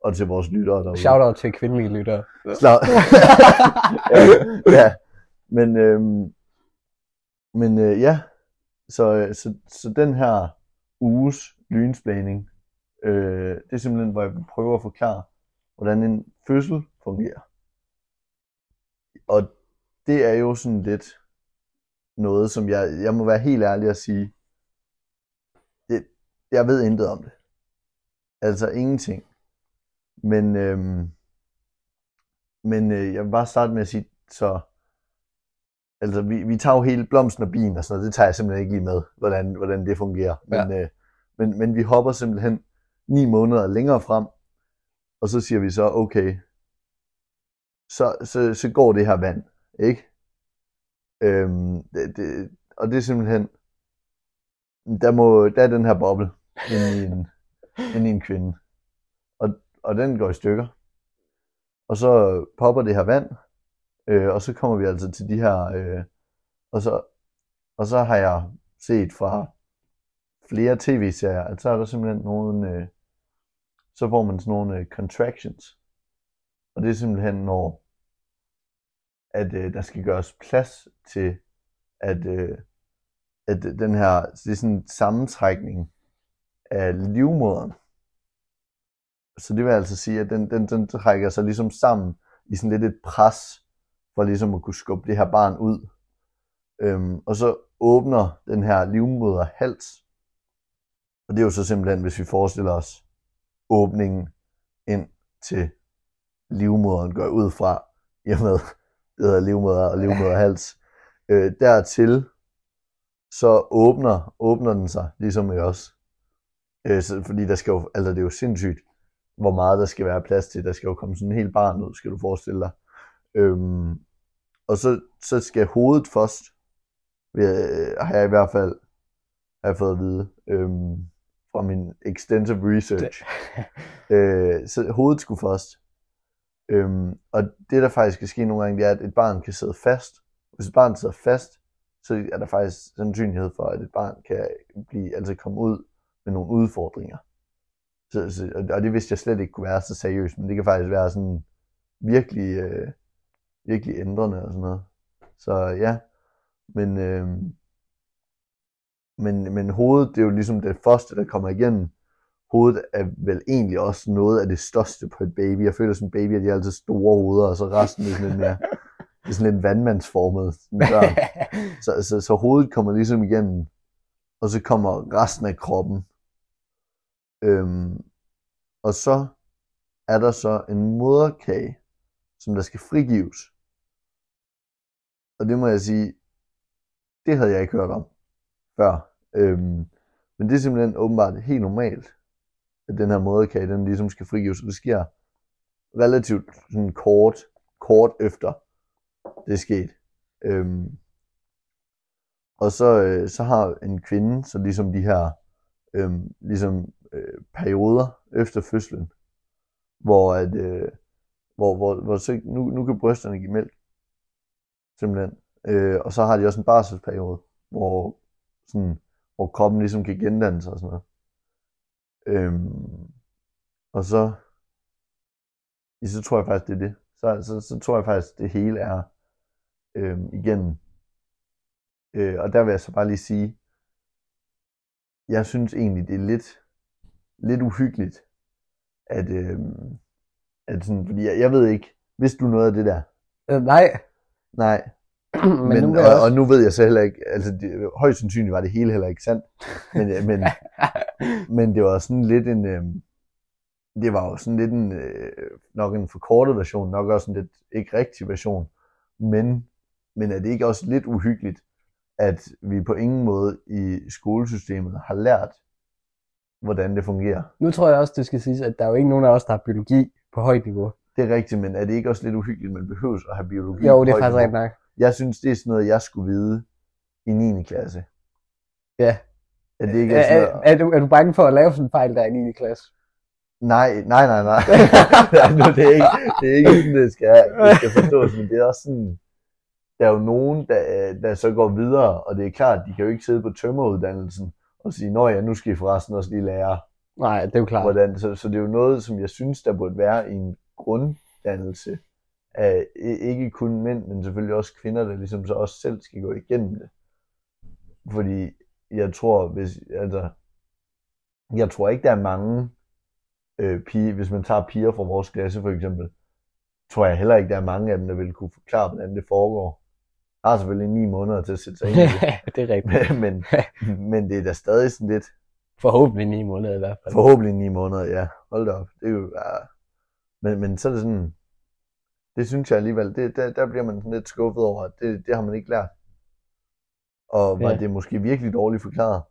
A: og til vores lyttere derude.
B: Shout out til kvindelige lyttere.
A: Shout ja. Men, øhm, Men øh, ja, så, øh, så, så den her uges lynsplagning, øh, det er simpelthen, hvor jeg prøver at forklare, hvordan en fødsel fungerer. Og det er jo sådan lidt noget, som jeg, jeg må være helt ærlig at sige, det, jeg ved intet om det. Altså ingenting. Men, øhm, men øh, jeg vil bare starte med at sige, så altså vi, vi tager jo hele blomsten og bien og sådan noget, det tager jeg simpelthen ikke lige med, hvordan, hvordan det fungerer. Men, ja. øh, men, men vi hopper simpelthen ni måneder længere frem, og så siger vi så, okay, så, så, så går det her vand, ikke? Øhm, det, det, og det er simpelthen, der, må, der er den her boble inde i en, inde i en kvinde. Og, og den går i stykker. Og så popper det her vand, øh, og så kommer vi altså til de her, øh, og, så, og så har jeg set fra flere tv-serier, at så er der simpelthen nogle, øh, så får man sådan nogle øh, contractions. Og det er simpelthen, når at øh, der skal gøres plads til, at, øh, at den her, det er sådan en sammentrækning af livmoderen. Så det vil altså sige, at den, den, den trækker sig ligesom sammen i sådan lidt et pres, for ligesom at kunne skubbe det her barn ud. Øhm, og så åbner den her livmoderhals. Og det er jo så simpelthen, hvis vi forestiller os åbningen ind til livmoderen går ud fra, i og med, det hedder livmoder og livmoderhals. Øh, dertil, så åbner, åbner den sig, ligesom i os. Øh, så, fordi der skal jo, altså det er jo sindssygt, hvor meget der skal være plads til. Der skal jo komme sådan en hel barn ud, skal du forestille dig. Øhm, og så, så skal hovedet først, øh, har jeg i hvert fald har jeg fået at vide, øhm, fra min extensive research. øh, så hovedet skulle først. Øhm, og det, der faktisk kan ske nogle gange, det er, at et barn kan sidde fast. Hvis et barn sidder fast, så er der faktisk sandsynlighed for, at et barn kan blive, altså komme ud med nogle udfordringer. Så, så, og- og det vidste jeg slet ikke kunne være så seriøst, men det kan faktisk være sådan virkelig, øh, virkelig ændrende og sådan noget. Så ja, men, øh, men, men hovedet, det er jo ligesom det første, der kommer igennem. Hovedet er vel egentlig også noget af det største på et baby. Jeg føler som baby, at de har altid store hoveder, og så resten er sådan lidt mere, det er sådan lidt vandmandsformet. Sådan børn. Så, så, så hovedet kommer ligesom igennem, og så kommer resten af kroppen. Øhm, og så er der så en moderkage, som der skal frigives. Og det må jeg sige, det havde jeg ikke hørt om før. Øhm, men det er simpelthen åbenbart helt normalt, at den her moderkage, den ligesom skal frigives, og det sker relativt sådan kort, kort efter det er sket. Øhm, og så, øh, så har en kvinde så ligesom de her øhm, ligesom, øh, perioder efter fødslen, hvor, at, øh, hvor, hvor, hvor så, nu, nu kan brysterne give mælk. Simpelthen. Øh, og så har de også en barselsperiode, hvor, sådan, hvor kroppen ligesom kan gendanne sig og sådan noget. Øhm, og så, ja, så tror jeg faktisk, det er det. Så, så, så tror jeg faktisk, det hele er øhm, igennem Øh, og der vil jeg så bare lige sige, jeg synes egentlig, det er lidt, lidt uhyggeligt, at, øh, at sådan, fordi jeg, jeg ved ikke, hvis du noget af det der?
B: Øh, nej,
A: Nej,
B: men,
A: men,
B: men nu
A: men
B: vil jeg
A: og,
B: også...
A: og nu ved jeg så heller ikke, altså det, højst sandsynligt var det hele heller ikke sandt, men, men, men det var sådan lidt en, øh, det var jo sådan lidt en, øh, nok en forkortet version, nok også en lidt ikke rigtig version, men, men er det ikke også lidt uhyggeligt, at vi på ingen måde i skolesystemet har lært, hvordan det fungerer?
B: Nu tror jeg også, det skal siges, at der er jo ikke nogen af os, der har biologi på højt niveau.
A: Det er rigtigt, men er det ikke også lidt uhyggeligt, at man behøver at have biologi?
B: Jo,
A: på
B: det er
A: højt
B: faktisk
A: niveau?
B: rent nok.
A: Jeg synes, det er sådan noget, jeg skulle vide i 9. klasse.
B: Ja.
A: Er det ikke
B: Er,
A: sådan
B: er,
A: noget?
B: er, du, er du bange for at lave sådan en fejl, der er i 9. klasse?
A: Nej, nej, nej, nej. nej nu, det, er ikke, det er ikke sådan, det skal, det skal forstås, men det er også sådan, der er jo nogen, der, der så går videre, og det er klart, de kan jo ikke sidde på tømmeruddannelsen og sige, nå ja, nu skal I forresten også lige lære,
B: Nej, det er jo klart.
A: hvordan. Så, så det er jo noget, som jeg synes, der burde være i en grunddannelse af i- ikke kun mænd, men selvfølgelig også kvinder, der ligesom så også selv skal gå igennem det. Fordi jeg tror, hvis, altså, jeg tror ikke, der er mange øh, piger, hvis man tager piger fra vores klasse for eksempel, tror jeg heller ikke, der er mange af dem, der vil kunne forklare, hvordan det foregår. Jeg har selvfølgelig ni måneder til at sætte sig ind i det,
B: det er rigtigt.
A: men, men, men det er da stadig sådan lidt,
B: Forhåbentlig ni måneder i hvert fald.
A: Forhåbentlig ni måneder, ja. Hold da op. Det er jo, ja. men, men så er det sådan, det synes jeg alligevel, det, der, der bliver man sådan lidt skuffet over, at det, det har man ikke lært. Og var
B: Ja.
A: ja. det måske virkelig dårligt forklaret?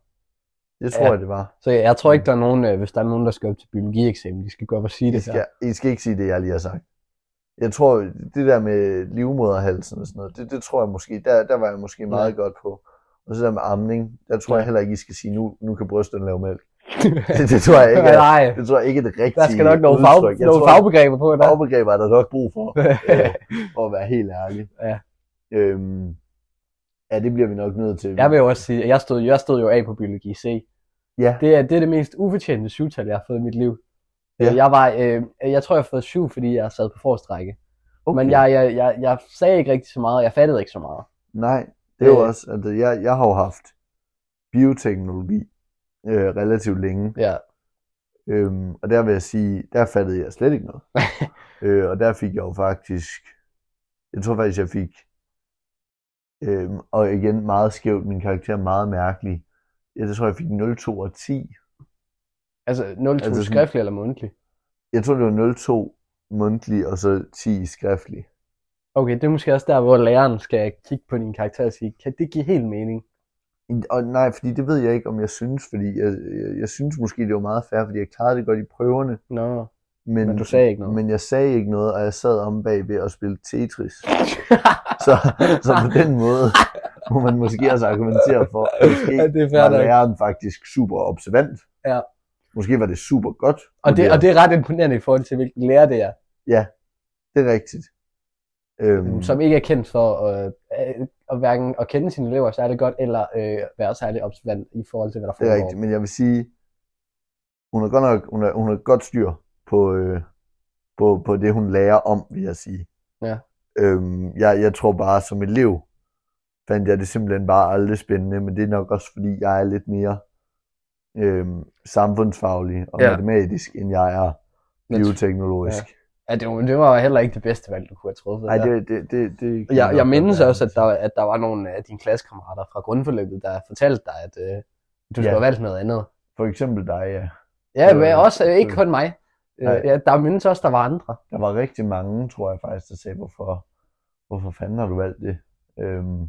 A: Det tror
B: Ja.
A: ja. jeg, det var.
B: Så jeg, jeg tror ikke,
A: Mm.
B: der er nogen, øh, hvis der er nogen, der skal op til biologieksamen, de skal gå op og sige
A: I
B: det her.
A: skal, I skal ikke sige det, jeg lige har sagt. Jeg tror, det der med livmoderhalsen og sådan noget, det, det tror jeg måske, der, der var jeg måske meget ja. godt på. Og så der med amning, der tror
B: Ja.
A: ja. jeg heller ikke, I skal sige, nu, nu kan brysterne lave mælk. Det, det tror jeg ikke er,
B: Nej,
A: det tror jeg ikke er det rigtige
B: der skal nok nogle, fag,
A: udtryk. Jeg
B: nogle
A: tror-
B: fagbegreber på der.
A: fagbegreber er der nok brug for, øh, for at være helt ærlig.
B: Ja.
A: Øhm, ja, det bliver vi nok nødt til.
B: Jeg vil jo også sige, at jeg stod, jeg stod jo af på biologi C.
A: Ja.
B: Det er det, er det mest ufortjente syvtal, jeg har fået i mit liv.
A: Ja.
B: Ja. Jeg, var, øh, jeg tror, jeg har fået syv, fordi jeg sad på forreste række.
A: okay.
B: Okay. Men jeg, jeg, jeg, jeg sagde ikke rigtig så meget, jeg fattede ikke så meget.
A: Nej, det er jo
B: Øh.
A: også, altså, jeg, jeg har jo haft bioteknologi øh, relativt længe,
B: Ja.
A: øhm, og der vil jeg sige, der fattede jeg slet ikke noget. øh, og der fik jeg jo faktisk, jeg tror faktisk, jeg fik, øhm, og igen meget skævt, min karakter er meget mærkelig. Jeg tror, jeg fik 0,2 og 10.
B: Altså 0
A: Altså
B: altså,
A: sådan-
B: skriftlig eller mundtlig.
A: Jeg tror, det var 0,2 mundtlig, og så 10 skriftlig.
B: Okay, det er måske også der, hvor læreren skal kigge på din karakter og sige, kan det give helt mening?
A: Og nej, fordi det ved jeg ikke, om jeg synes, fordi jeg, jeg, jeg synes måske, det var meget fair, fordi jeg klarede det godt i prøverne.
B: Nå,
A: Men,
B: Men du sagde ikke noget.
A: Men jeg sagde ikke noget, og jeg sad om bagved og spillede Tetris. Så, så på den måde må man måske også argumentere for, at måske
B: Ja, det er fair
A: var
B: nok.
A: læreren faktisk super observant.
B: Ja.
A: Måske var det super godt.
B: Og det, og
A: vurderet.
B: det er ret imponerende i forhold til, hvilken lærer det er,
A: det er rigtigt. Øhm,
B: mm. som ikke er kendt for at, at, at hverken at kende sine elever særlig godt, eller øh, være særlig observant i forhold til, hvad der
A: Det er
B: foregår.
A: rigtigt, men jeg vil sige, hun har godt nok hun har, hun har godt styr på, øh, på, på det, hun lærer om, vil jeg sige.
B: Ja.
A: Øhm, jeg, jeg tror bare, som elev fandt jeg det simpelthen bare aldrig spændende, men det er nok også, fordi jeg er lidt mere øhm, samfundsfaglig og ja.
B: Ja.
A: matematisk, end jeg er
B: Men-
A: bioteknologisk.
B: Ja, det, var, det var heller ikke det bedste valg, du kunne have truffet.
A: Nej,
B: der.
A: det, det, det, det kan
B: jeg,
A: nok
B: jeg
A: godt
B: mindes
A: være.
B: også, at der, at der var nogle af dine klassekammerater fra grundforløbet, der fortalte dig, at øh, du skulle
A: Ja.
B: have valgt noget andet.
A: For eksempel dig, ja.
B: Ja,
A: Det
B: men
A: var-
B: også øh, ikke kun mig. Øh,
A: Nej.
B: ja, der mindes også, der var andre.
A: Der var rigtig mange, tror jeg faktisk, der sagde, hvorfor, hvorfor fanden har du valgt det? Øhm, og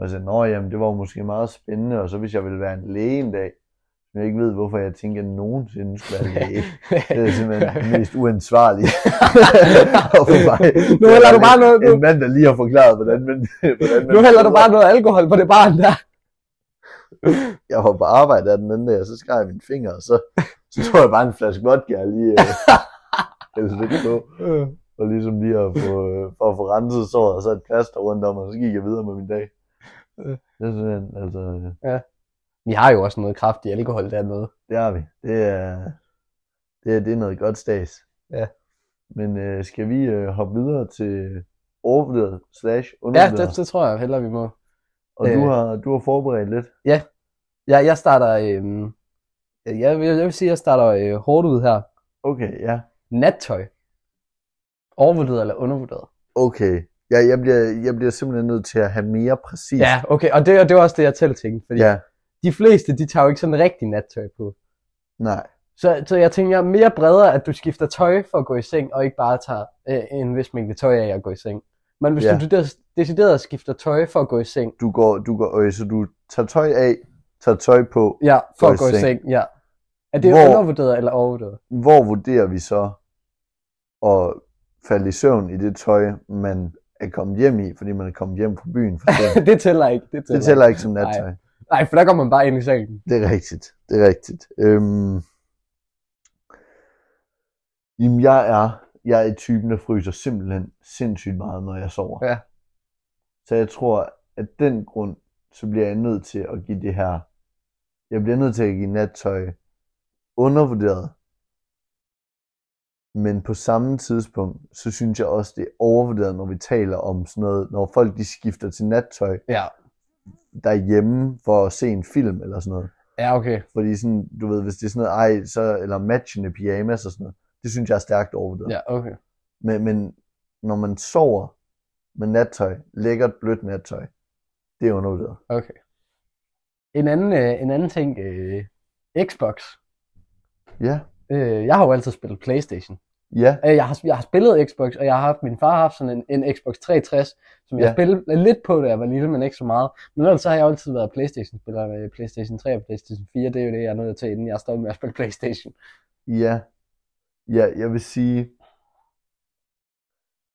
A: jeg sagde, nå jamen, det var jo måske meget spændende, og så hvis jeg ville være en læge en dag, som jeg ikke ved, hvorfor jeg tænker, at jeg nogensinde skulle være læge. Det er simpelthen det mest uansvarlige. Og for mig,
B: nu hælder du bare noget, nu,
A: En mand, der lige har forklaret, hvordan man... Hvordan man
B: nu hælder du bare noget alkohol på det barn der.
A: Jeg var på arbejde af den anden dag, og så skar jeg min finger, og så, så tog jeg bare en flaske vodka og lige... Øh, hældte lidt på. for ligesom lige at få, øh, for at få renset såret, og så et plaster rundt om, og så gik jeg videre med min dag.
B: Øh.
A: Det er sådan, altså, øh,
B: Vi har jo også noget kraftig alkohol dernede.
A: det har vi. Det er, det er, det er noget godt stads.
B: Ja.
A: Men øh, skal vi øh, hoppe videre til overvurderet slash
B: Ja,
A: undervurderet?
B: det, det tror jeg heller, vi må.
A: og du
B: øh.
A: har, du har forberedt lidt.
B: Jeg, jeg starter... Øh, jeg, vil, jeg vil sige, jeg starter øh, hårdt ud her.
A: Okay, ja.
B: Nattøj. Overvurderet eller undervurderet?
A: Okay. Ja, jeg bliver, jeg bliver simpelthen nødt til at have mere præcis.
B: Ja, okay. Og det, og det var også det, jeg selv tænkte. Fordi ja.
A: ja.
B: de fleste, de tager jo ikke sådan rigtig nattøj på.
A: Nej.
B: Så, så jeg tænker mere bredere, at du skifter tøj for at gå i seng, og ikke bare tager øh, en vis mængde tøj af at gå i seng. Men hvis
A: Ja.
B: ja. du des- decideret skifter tøj for at gå i seng,
A: Du går, du går, øh, så du tager tøj af, tager tøj på,
B: ja, for
A: Gå i
B: at gå i
A: seng.
B: seng, ja. Er det
A: Hvor-
B: Hvor... undervurderet eller overvurderet?
A: hvor vurderer vi så at falde i søvn i det tøj, man er kommet hjem i, fordi man er kommet hjem fra byen for sent?
B: det tæller ikke. Det tæller,
A: Det tæller ikke som nattøj.
B: ikke. Nej, for der går man bare ind i sengen.
A: Det er rigtigt. Det er rigtigt. Øhm... Jamen, jeg er, jeg er typen, der fryser simpelthen sindssygt meget, når jeg sover.
B: Ja.
A: Så jeg tror, at den grund, så bliver jeg nødt til at give det her... Jeg bliver nødt til at give nattøj undervurderet. Men på samme tidspunkt, så synes jeg også, det er overvurderet, når vi taler om sådan noget, når folk de skifter til nattøj,
B: Ja.
A: derhjemme for at se en film eller sådan noget.
B: Ja, okay.
A: Fordi sådan, du ved, hvis det er sådan noget, ej, så, eller matchende pyjamas og sådan noget, det synes jeg er stærkt overvurderet.
B: Ja, okay.
A: Men, men når man sover med nattøj, lækkert blødt nattøj, det er undervurderet.
B: Okay. En anden, øh, en anden ting, øh, Xbox.
A: Ja,
B: Øh, jeg har jo altid spillet Playstation.
A: ja,
B: Øh, jeg, har, jeg har spillet Xbox, og jeg har haft, min far har haft sådan en, en Xbox 360, som jeg
A: Ja.
B: spillede lidt på, da jeg var lille, men ikke så meget. Men ellers så har jeg jo altid været Playstation-spiller med Playstation 3 og Playstation 4. Det er jo det, jeg er nødt til, inden jeg stoppede med at spille Playstation.
A: ja. Ja, jeg vil sige,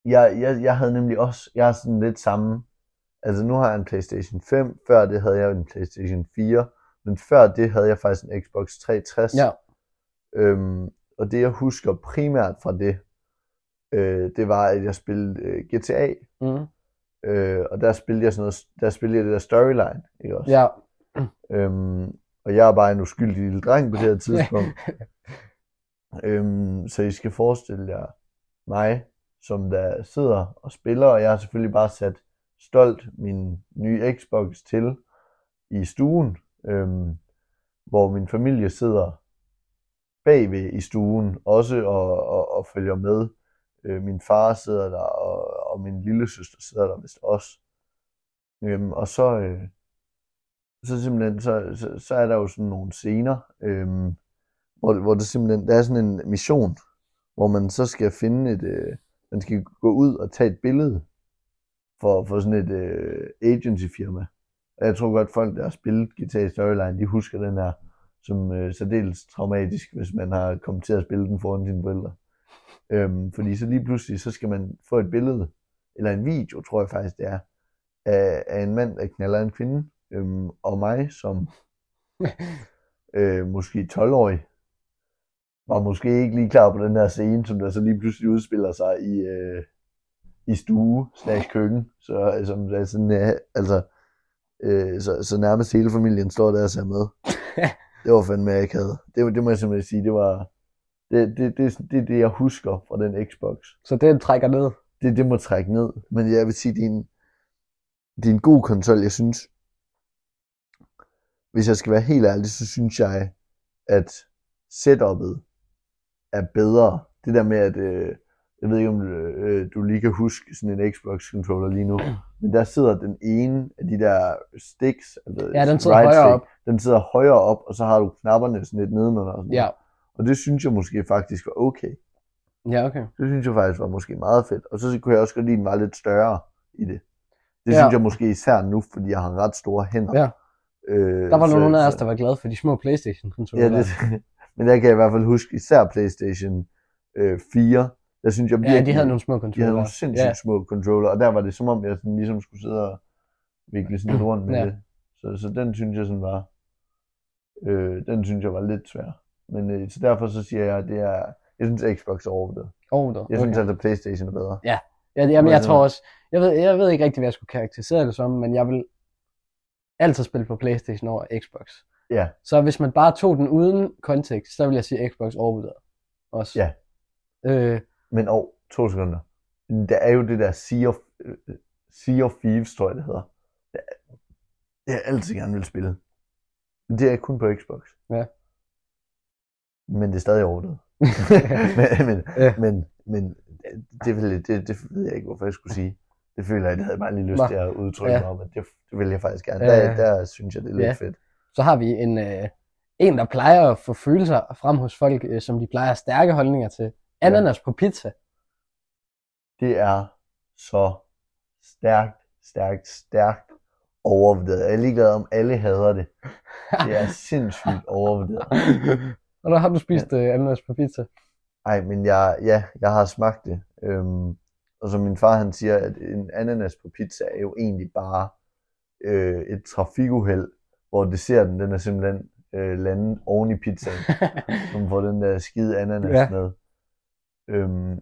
A: jeg, jeg, jeg havde nemlig også, jeg er sådan lidt samme, altså nu har jeg en Playstation 5, før det havde jeg en Playstation 4, men før det havde jeg faktisk en Xbox 360.
B: Ja,
A: Øhm, og det jeg husker primært fra det, øh, det var, at jeg spillede øh, GTA,
B: mm.
A: øh, og der spillede jeg sådan noget, der spillede jeg det der storyline, ikke også?
B: ja.
A: Øhm, og jeg er bare en uskyldig lille dreng på det her tidspunkt. øhm, så I skal forestille jer mig, som der sidder og spiller, og jeg har selvfølgelig bare sat stolt min nye Xbox til i stuen, øhm, hvor min familie sidder bagved i stuen også og, og, og følger med. Øh, min far sidder der, og, og min lille søster sidder der vist også. Øhm, og så... Øh, så simpelthen, så, så, så er der jo sådan nogle scener, øhm, hvor, hvor det simpelthen, der er sådan en mission, hvor man så skal finde et, øh, man skal gå ud og tage et billede for, for sådan et øh, agency-firma. Og jeg tror godt, folk, der har spillet GTA Storyline, de husker den her som øh, særdeles traumatisk, hvis man har kommet til at spille den foran sine forældre. Øhm, fordi så lige pludselig, så skal man få et billede, eller en video, tror jeg faktisk det er, af, af en mand, der knaller en kvinde øhm, og mig som øh, måske 12-årig, var måske ikke lige klar på den her scene, som der så lige pludselig udspiller sig i, øh, i stue slash køkken. Så, øh, som, der er sådan, øh, altså, øh, så, så nærmest hele familien står der og ser med. Det var fandme akavet. Det, var- det må jeg simpelthen sige, det var... Det, det, det, det, er det, jeg husker fra den Xbox
B: Så den trækker ned.
A: det, det må trække ned. Men jeg vil sige, det er en, det er en god konsol, jeg synes. Hvis jeg skal være helt ærlig, så synes jeg, at setup'et er bedre. Det der med, at øh, jeg ved ikke, om øh, du lige kan huske sådan en Xbox-controller lige nu, men der sidder den ene af de der sticks, altså
B: Ja, den sidder højere op.
A: den sidder højere op, og så har du knapperne sådan lidt nedenunder. og sådan
B: Ja,
A: noget. Og det synes jeg måske faktisk var okay.
B: ja okay.
A: Det synes jeg faktisk var måske meget fedt. Og så kunne jeg også godt lide, at den var lidt større i det. Det
B: Ja.
A: ja. synes jeg måske især nu, fordi jeg har ret store hænder.
B: Ja.
A: Øh,
B: Der var
A: så-
B: nogen af os,
A: så-
B: der var glade for de små
A: Ja,
B: Playstation-kontroller.
A: det, men der kan jeg i hvert fald huske, især Playstation øh, 4, der synes jeg
B: ja, de havde nogle små
A: de havde
B: kontroller.
A: nogle sindssygt
B: Ja.
A: ja. små controller, og der var det som om, jeg sådan, ligesom skulle sidde og vikle sådan lidt rundt med
B: Ja.
A: ja. det. Så, så den synes jeg sådan var, øh, den synes jeg var lidt svær. Men øh, så derfor så siger jeg, at det er, jeg synes Xbox er overvurderet.
B: Åh, der.
A: Jeg synes altså Playstation er bedre.
B: Ja, det- jamen, jeg
A: Altså-
B: tror også, jeg ved, jeg ved ikke rigtig, hvad jeg skulle karakterisere det som, men jeg vil altid spille på Playstation over Xbox.
A: Ja.
B: Så hvis man bare tog den uden kontekst, så vil jeg sige Xbox overvurderet også.
A: Ja.
B: Øh,
A: Men og, to sekunder. Der er jo det der Sea of, øh, sea of Thieves, tror jeg det hedder. Det er- Det jeg altid gerne vil spille. Men det er kun på Xbox.
B: Ja.
A: Men det er stadig overvurderet. men, men,
B: Ja.
A: men, men det, vil, det, det ved jeg ikke, hvorfor jeg skulle sige. Det føler jeg, det havde jeg bare lige lyst
B: Nå.
A: til at udtrykke
B: Ja.
A: ja. mig om, at det, det vil jeg faktisk gerne.
B: Ja,
A: Der,
B: ja, ja.
A: der synes jeg, det er lidt
B: Ja.
A: fedt.
B: så har vi en, øh, en, der plejer at få følelser frem hos folk, øh, som de plejer stærke holdninger til. Ananas på pizza.
A: Det er så stærkt, stærkt, stærkt overvurderet. Jeg er ligeglad om alle hader det. Det er sindssygt overvurderet.
B: Og der har du spist øh, ananas på pizza.
A: Ej, men jeg, ja, jeg har smagt det. Øhm, og som min far han siger, at en ananas på pizza er jo egentlig bare øh, et trafikuheld, hvor desserten den er simpelthen øh, landet oven i pizzaen, som får den der skide ananas
B: Ja.
A: ja. med. Øhm,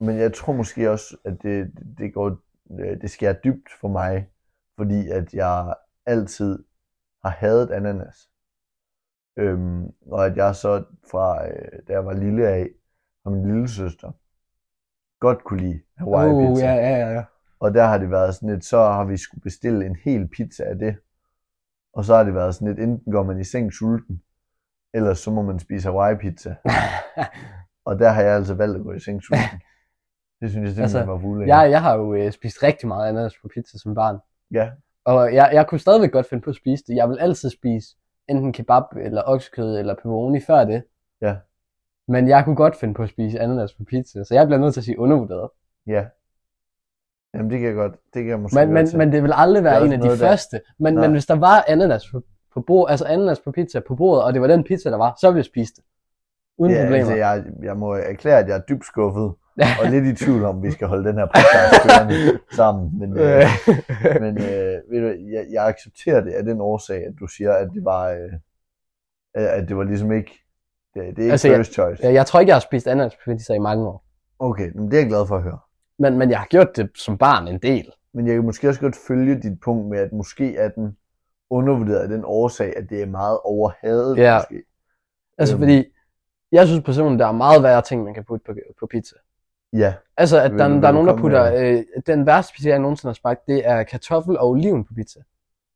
A: men jeg tror måske også, at det, det går, øh, det skærer dybt for mig, fordi at jeg altid har hadet ananas. Øhm, og at jeg så fra, øh, da jeg var lille af, og min lille søster, godt kunne lide Hawaii
B: uh,
A: pizza.
B: ja, ja, ja.
A: Og der har det været sådan lidt, så har vi skulle bestille en hel pizza af det. Og så har det været sådan lidt, enten går man i seng sulten, eller så må man spise Hawaii-pizza. Og der har jeg altså valgt at gå i seng sulten. Det synes jeg simpelthen
B: Altså,
A: altså, var fuldlækkert.
B: jeg, jeg har jo øh, spist rigtig meget ananas på pizza som barn.
A: Ja.
B: Og jeg, jeg kunne stadigvæk godt finde på at spise det. Jeg vil altid spise enten kebab, eller oksekød, eller pepperoni før det.
A: Ja.
B: Men jeg kunne godt finde på at spise ananas på pizza, så jeg bliver nødt til at sige undervurderet.
A: Ja. Jamen det kan jeg godt, det kan jeg måske
B: Men,
A: godt
B: men,
A: se.
B: men det vil aldrig
A: Der er
B: være en
A: også
B: af de
A: noget der.
B: første. Men,
A: Nej.
B: men hvis der var ananas på, på bord, altså ananas på pizza på bordet, og det var den pizza, der var, så ville jeg spise det. Uden
A: ja,
B: problemer.
A: Altså, jeg, jeg må erklære, at jeg er dybt skuffet,
B: Ja.
A: og lidt i tvivl om, at vi skal holde den her podcast kørende sammen. Men, øh, men øh, ved du, hvad, jeg, jeg accepterer det af den årsag, at du siger, at det var, øh, at at det var ligesom ikke, det, det er ikke altså,
B: Altså, jeg-
A: first choice.
B: Øh, jeg tror ikke, jeg har spist ananas på pizza i mange år.
A: Okay, men det er jeg glad for at høre.
B: Men, men jeg har gjort det som barn en del.
A: Men jeg kan måske også godt følge dit punkt med, at måske er den undervurderet af den årsag, at det er meget overhadet
B: Ja.
A: måske.
B: Altså
A: Øhm.
B: fordi, jeg synes personligt, der er meget værre ting, man kan putte på, på pizza.
A: Ja,
B: Altså, at
A: Vil-
B: der,
A: vil
B: der er
A: du
B: nogen, der
A: komme med
B: putter... Øh, den værste pizza, jeg nogensinde har smagt, det er kartoffel og oliven på pizza.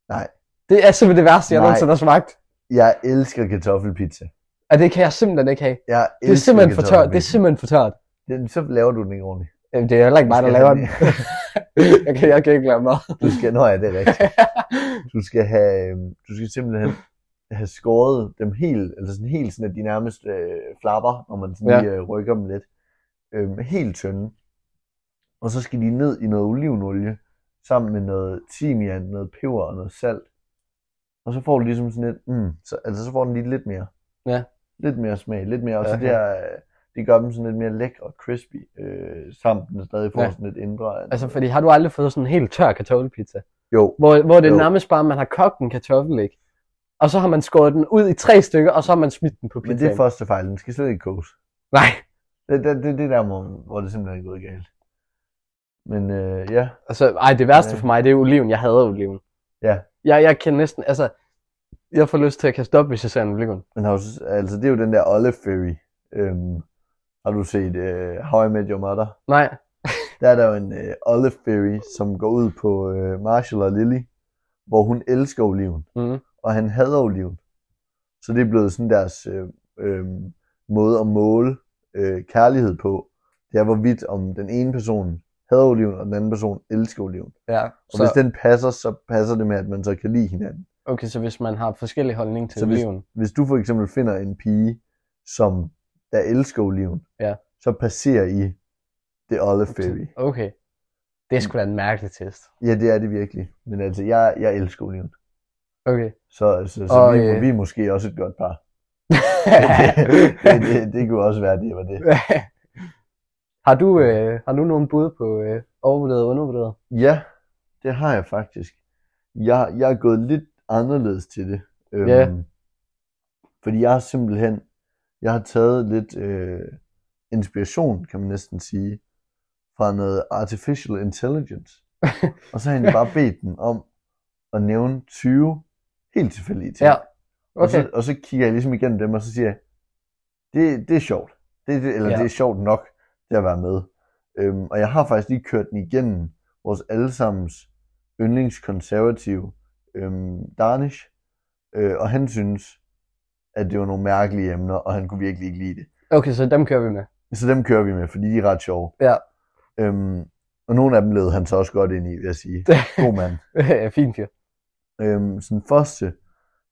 A: Nej.
B: Det er simpelthen det værste, jeg
A: Nej.
B: nogensinde har smagt.
A: jeg elsker kartoffelpizza.
B: Og det kan jeg simpelthen ikke have.
A: Jeg
B: Det er
A: elsker
B: simpelthen for tørt. Det er
A: kartoffelpizza.
B: simpelthen for tørt.
A: Den, så laver du den ikke ordentligt.
B: Jamen, det er heller ikke mig, der
A: Skal
B: laver den.
A: den-
B: jeg, kan, jeg kan ikke lave mad.
A: Du skal, nå ja, det er rigtigt. Du skal, have, øhm, du skal simpelthen have skåret dem helt, eller sådan helt sådan, at de nærmest øh, flapper, når man sådan
B: Ja.
A: ja. lige øh, rykker dem lidt. Øhm, helt tynde. Og så skal de ned i noget olivenolie, sammen med noget timian, noget peber og noget salt. Og så får du ligesom sådan lidt, mm, så, altså så får den lige lidt mere.
B: Ja.
A: Lidt mere smag, lidt mere, og så
B: Ja,
A: det
B: ja.
A: der, øh, det gør dem sådan lidt mere lækre og crispy, øh, samt den stadig får
B: Ja.
A: ja. sådan lidt indre.
B: altså, fordi har du aldrig fået sådan en helt tør kartoffelpizza?
A: Jo,
B: Hvor, hvor det er
A: Jo.
B: nærmest bare, man har kogt en kartoffel, ikke? Og så har man skåret den ud i tre stykker, og så har man smidt den på
A: men
B: pizzaen.
A: det er første fejl, den skal slet ikke koges.
B: Nej,
A: Det, det, det, det er der, hvor, hvor det simpelthen er gået galt. Men øh, ja,
B: altså, ej, det værste
A: Ja.
B: for mig, det er oliven. Jeg hader oliven.
A: Ja.
B: Jeg, jeg kan næsten, altså, jeg får lyst til at kaste op, hvis jeg ser en oliven.
A: men har du, s- altså, det er jo den der Olive Ferry. Øhm, har du set øh, How I Met Your Mother?
B: Nej,
A: Der er der jo en øh, Olive Ferry, som går ud på øh, Marshall og Lily, hvor hun elsker oliven,
B: Mhm.
A: og han hader oliven. Så det er blevet sådan deres øh, øh, måde at måle øh, kærlighed på. Det er hvorvidt om den ene person hader oliven, og den anden person elsker oliven.
B: ja.
A: Og så... hvis
B: Så,
A: den passer, så passer det med, at man så kan lide hinanden.
B: okay, så hvis man har forskellige holdninger til
A: Så hvis-
B: oliven.
A: hvis du for eksempel finder en pige, som der elsker oliven,
B: Ja.
A: så passerer I det Olive Fairy.
B: Okay. Det er sgu da en mærkelig test.
A: Ja, det er det virkelig. Men altså, jeg, jeg elsker oliven.
B: Okay.
A: Så, så, så
B: Og,
A: vi,
B: øh,
A: vi er måske også et godt par. det, det, det kunne også være, det var det.
B: har, du, øh, har du nogen bud på øh, overvurderet og undervurderet?
A: Ja, det har jeg faktisk. Jeg, jeg er gået lidt anderledes til det. Øhm,
B: Ja.
A: Fordi jeg har simpelthen, jeg har taget lidt øh, inspiration, kan man næsten sige, fra noget artificial intelligence. og så har jeg egentlig bare bedt den om at nævne 20 helt tilfældige ting.
B: Ja,
A: Og,
B: Okay.
A: så, og så kigger jeg ligesom igennem dem, og så siger jeg, det, det er sjovt. Det, det, eller
B: Ja.
A: ja. det er sjovt nok til at være med. Øhm, og jeg har faktisk lige kørt den igennem vores allesammens yndlingskonservative øhm, Danish, øh, og han synes, at det var nogle mærkelige emner, og han kunne virkelig ikke lide det.
B: Okay, så dem kører vi med.
A: Så dem kører vi med, fordi de er ret sjove.
B: Ja.
A: Øhm, og nogle af dem led han så også godt ind i, vil jeg sige. God mand.
B: Fint fyr.
A: Øhm, sådan første,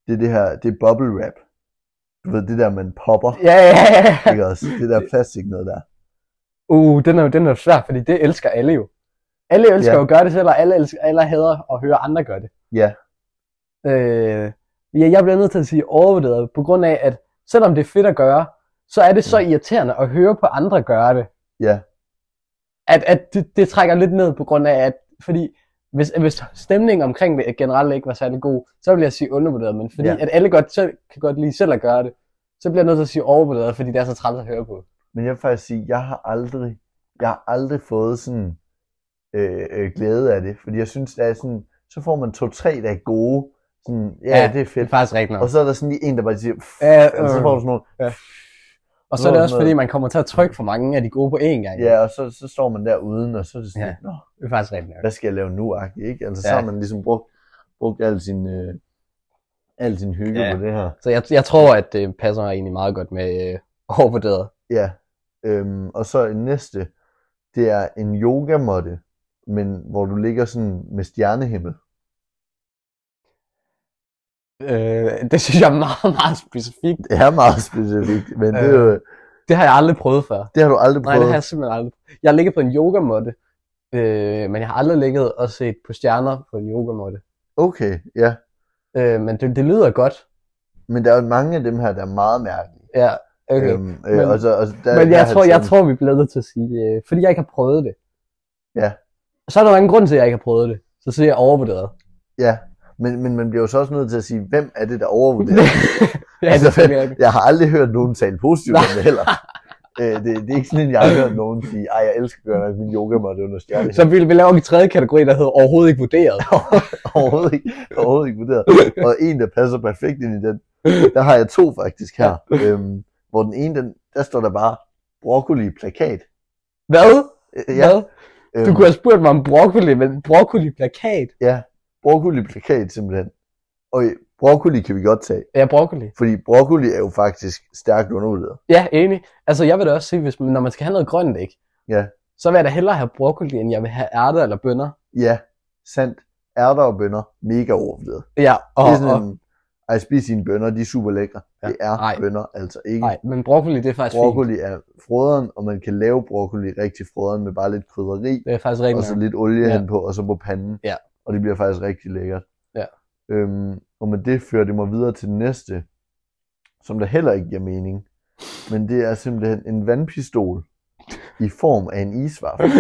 A: det er det her, det er bubble wrap. Du ved, det der, man popper.
B: Ja, ja, ja.
A: Ikke også? Det der plastik noget der.
B: Uh, den er jo den er jo svær, fordi det elsker alle jo. Alle elsker
A: Ja.
B: jo at gøre det selv, og alle, elsker, alle hader at høre andre gøre det.
A: Ja.
B: Øh, ja, jeg bliver nødt til at sige overvurderet, på grund af, at selvom det er fedt at gøre, så er det så irriterende at høre på andre gøre det.
A: Ja.
B: At, at det, det trækker lidt ned på grund af, at fordi hvis, hvis stemningen omkring det generelt ikke var særlig god, så vil jeg sige undervurderet, men fordi
A: Ja.
B: ja. at alle godt selv, kan godt lide selv at gøre det, så bliver jeg nødt til at sige overvurderet, fordi det er så træls at høre på.
A: Men jeg vil faktisk sige, jeg har aldrig, jeg har aldrig fået sådan øh, øh, glæde af det. Fordi jeg synes, det er sådan, så får man to-tre dage gode. Sådan, ja,
B: Ja,
A: ja, det er
B: Det er
A: fedt.
B: faktisk rigtigt nok.
A: Og så er der sådan lige en, der bare siger, pff,
B: Ja,
A: og så
B: øh,
A: får du sådan nogle,
B: ja.
A: ja.
B: Og så er det
A: Nå,
B: også,
A: nå.
B: fordi man kommer til at trykke for mange af de gode på én gang.
A: Ja, og så, så står man der uden, og så er det sådan,
B: Ja.
A: ja. Nå,
B: Det er faktisk rigtigt nok.
A: hvad skal jeg lave nu, agtigt, ikke? Altså, ja.
B: Ja.
A: så har man ligesom brugt, brugt al sin, øh, al sin hygge
B: Ja.
A: ja. på det her.
B: Så jeg, jeg tror, at det passer mig egentlig meget godt med øh, overvurderet.
A: Ja. Øhm, og så en næste, det er en yogamåtte, men hvor du ligger sådan med stjernehimmel.
B: Øh, det synes jeg er meget, meget specifikt.
A: Det er meget specifikt, men det, er jo-
B: Det har jeg aldrig prøvet før.
A: det har du aldrig
B: Nej, det
A: prøvet.
B: har jeg simpelthen aldrig. Jeg har ligget på en yogamåtte, øh, men jeg har aldrig ligget og set på stjerner på en yogamåtte.
A: Okay, ja.
B: Øh, men det, det lyder godt.
A: Men der er jo mange af dem her, der er meget mærkelige.
B: Ja, okay.
A: Øhm, øh,
B: men-
A: og så, og så, der,
B: men
A: der
B: jeg
A: har
B: tror, jeg
A: sådan-
B: tror, vi bliver nødt til at sige, øh, fordi jeg ikke har prøvet det.
A: Ja.
B: Så er der jo ingen grund til, at jeg ikke har prøvet det. Så siger jeg overvurderet.
A: Ja, men, men man bliver jo så også nødt til at sige, hvem er det, der overvurderer?
B: ja, det
A: Altså,
B: er selvfølgelig rigtigt.
A: jeg har aldrig hørt nogen tale positivt om
B: Nej.
A: det heller. Øh, det, det er ikke sådan, at jeg har hørt nogen sige, ej, jeg elsker godt nok min yoga måtte under stjerne.
B: Så vi, vi laver en tredje kategori, der hedder overhovedet ikke vurderet.
A: overhovedet ikke, overhovedet ikke vurderet. Og en, der passer perfekt ind i den, der har jeg to faktisk her. Øhm, hvor den ene, den, der står der bare broccoli-plakat.
B: Hvad?
A: Øh,
B: Ja. Hvad?
A: øhm,
B: Du kunne have spurgt mig om broccoli, men broccoli-plakat?
A: Broccoli-plakat simpelthen. Og øh, broccoli kan vi godt tage,
B: Ja, broccoli.
A: fordi broccoli er jo faktisk stærkt undervurderet.
B: Ja, enig. Altså, jeg vil da også sige, hvis man, når man skal have noget grønt, ikke?
A: Ja.
B: Så vil jeg da hellere have broccoli, end jeg vil have ærter eller bønner.
A: Ja, sandt. Ærter og bønner, mega overvurderet.
B: Ja, og,
A: det er sådan
B: og,
A: en, ej, spis dine bønner, de er super lækre.
B: Ja.
A: Ja. Det er
B: Ej.
A: Ej. bønner altså ikke.
B: nej, men broccoli, det er faktisk fint.
A: broccoli er froderen, og man kan lave broccoli rigtig froderen med bare lidt krydderi,
B: Det er faktisk rigtig
A: og så lidt olie
B: Ja.
A: ja. hen på, og så på panden.
B: Ja.
A: Og det bliver faktisk rigtig lækkert.
B: Ja.
A: Øhm, og med det fører det mig videre til den næste, som der heller ikke giver mening. Men det er simpelthen en vandpistol i form af en isvaffel.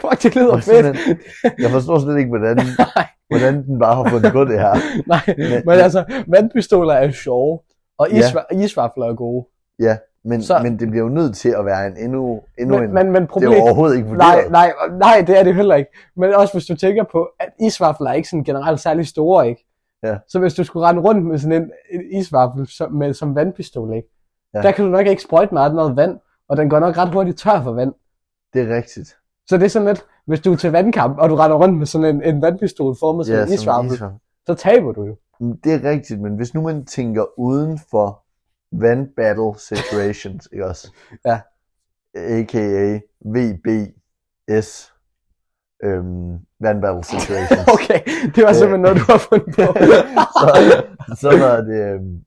B: Fuck, det lyder
A: Og
B: fedt.
A: simpelthen- Jeg forstår slet ikke, hvordan,
B: Nej,
A: hvordan den bare har fundet på det her.
B: nej. Men,
A: Men-
B: altså, vandpistoler er sjove, og
A: Ja.
B: isva- isvafler er gode.
A: Men,
B: Så-
A: men det bliver jo nødt til at være en endnu, endnu en
B: Men, men, men
A: Det
B: problem...
A: er jo overhovedet ikke vurderet.
B: nej, nej, nej, det er det heller ikke. Men også hvis du tænker på, at isvafler er ikke sådan generelt særlig store, ikke?
A: Ja.
B: Så hvis du skulle rende rundt med sådan en, en isvaffel som, med, som vandpistol, ikke? Ja.
A: Ja.
B: Der kan du nok ikke sprøjte meget noget vand, og den går nok ret hurtigt tør for vand.
A: Det er rigtigt.
B: Så det er sådan lidt, hvis du er til vandkamp, og du render rundt med sådan en, en vandpistol formet som en
A: som en
B: isvaffel,
A: isvaffel.
B: så taber du jo.
A: Mm, Det er rigtigt, men hvis nu man tænker uden for vandbattle situations, ikke også?
B: Ja.
A: A.k.a. VBS. Øhm, vandbattle situations.
B: Okay, det var
A: Øh.
B: simpelthen noget, du har fundet på.
A: så, så, var det, øhm,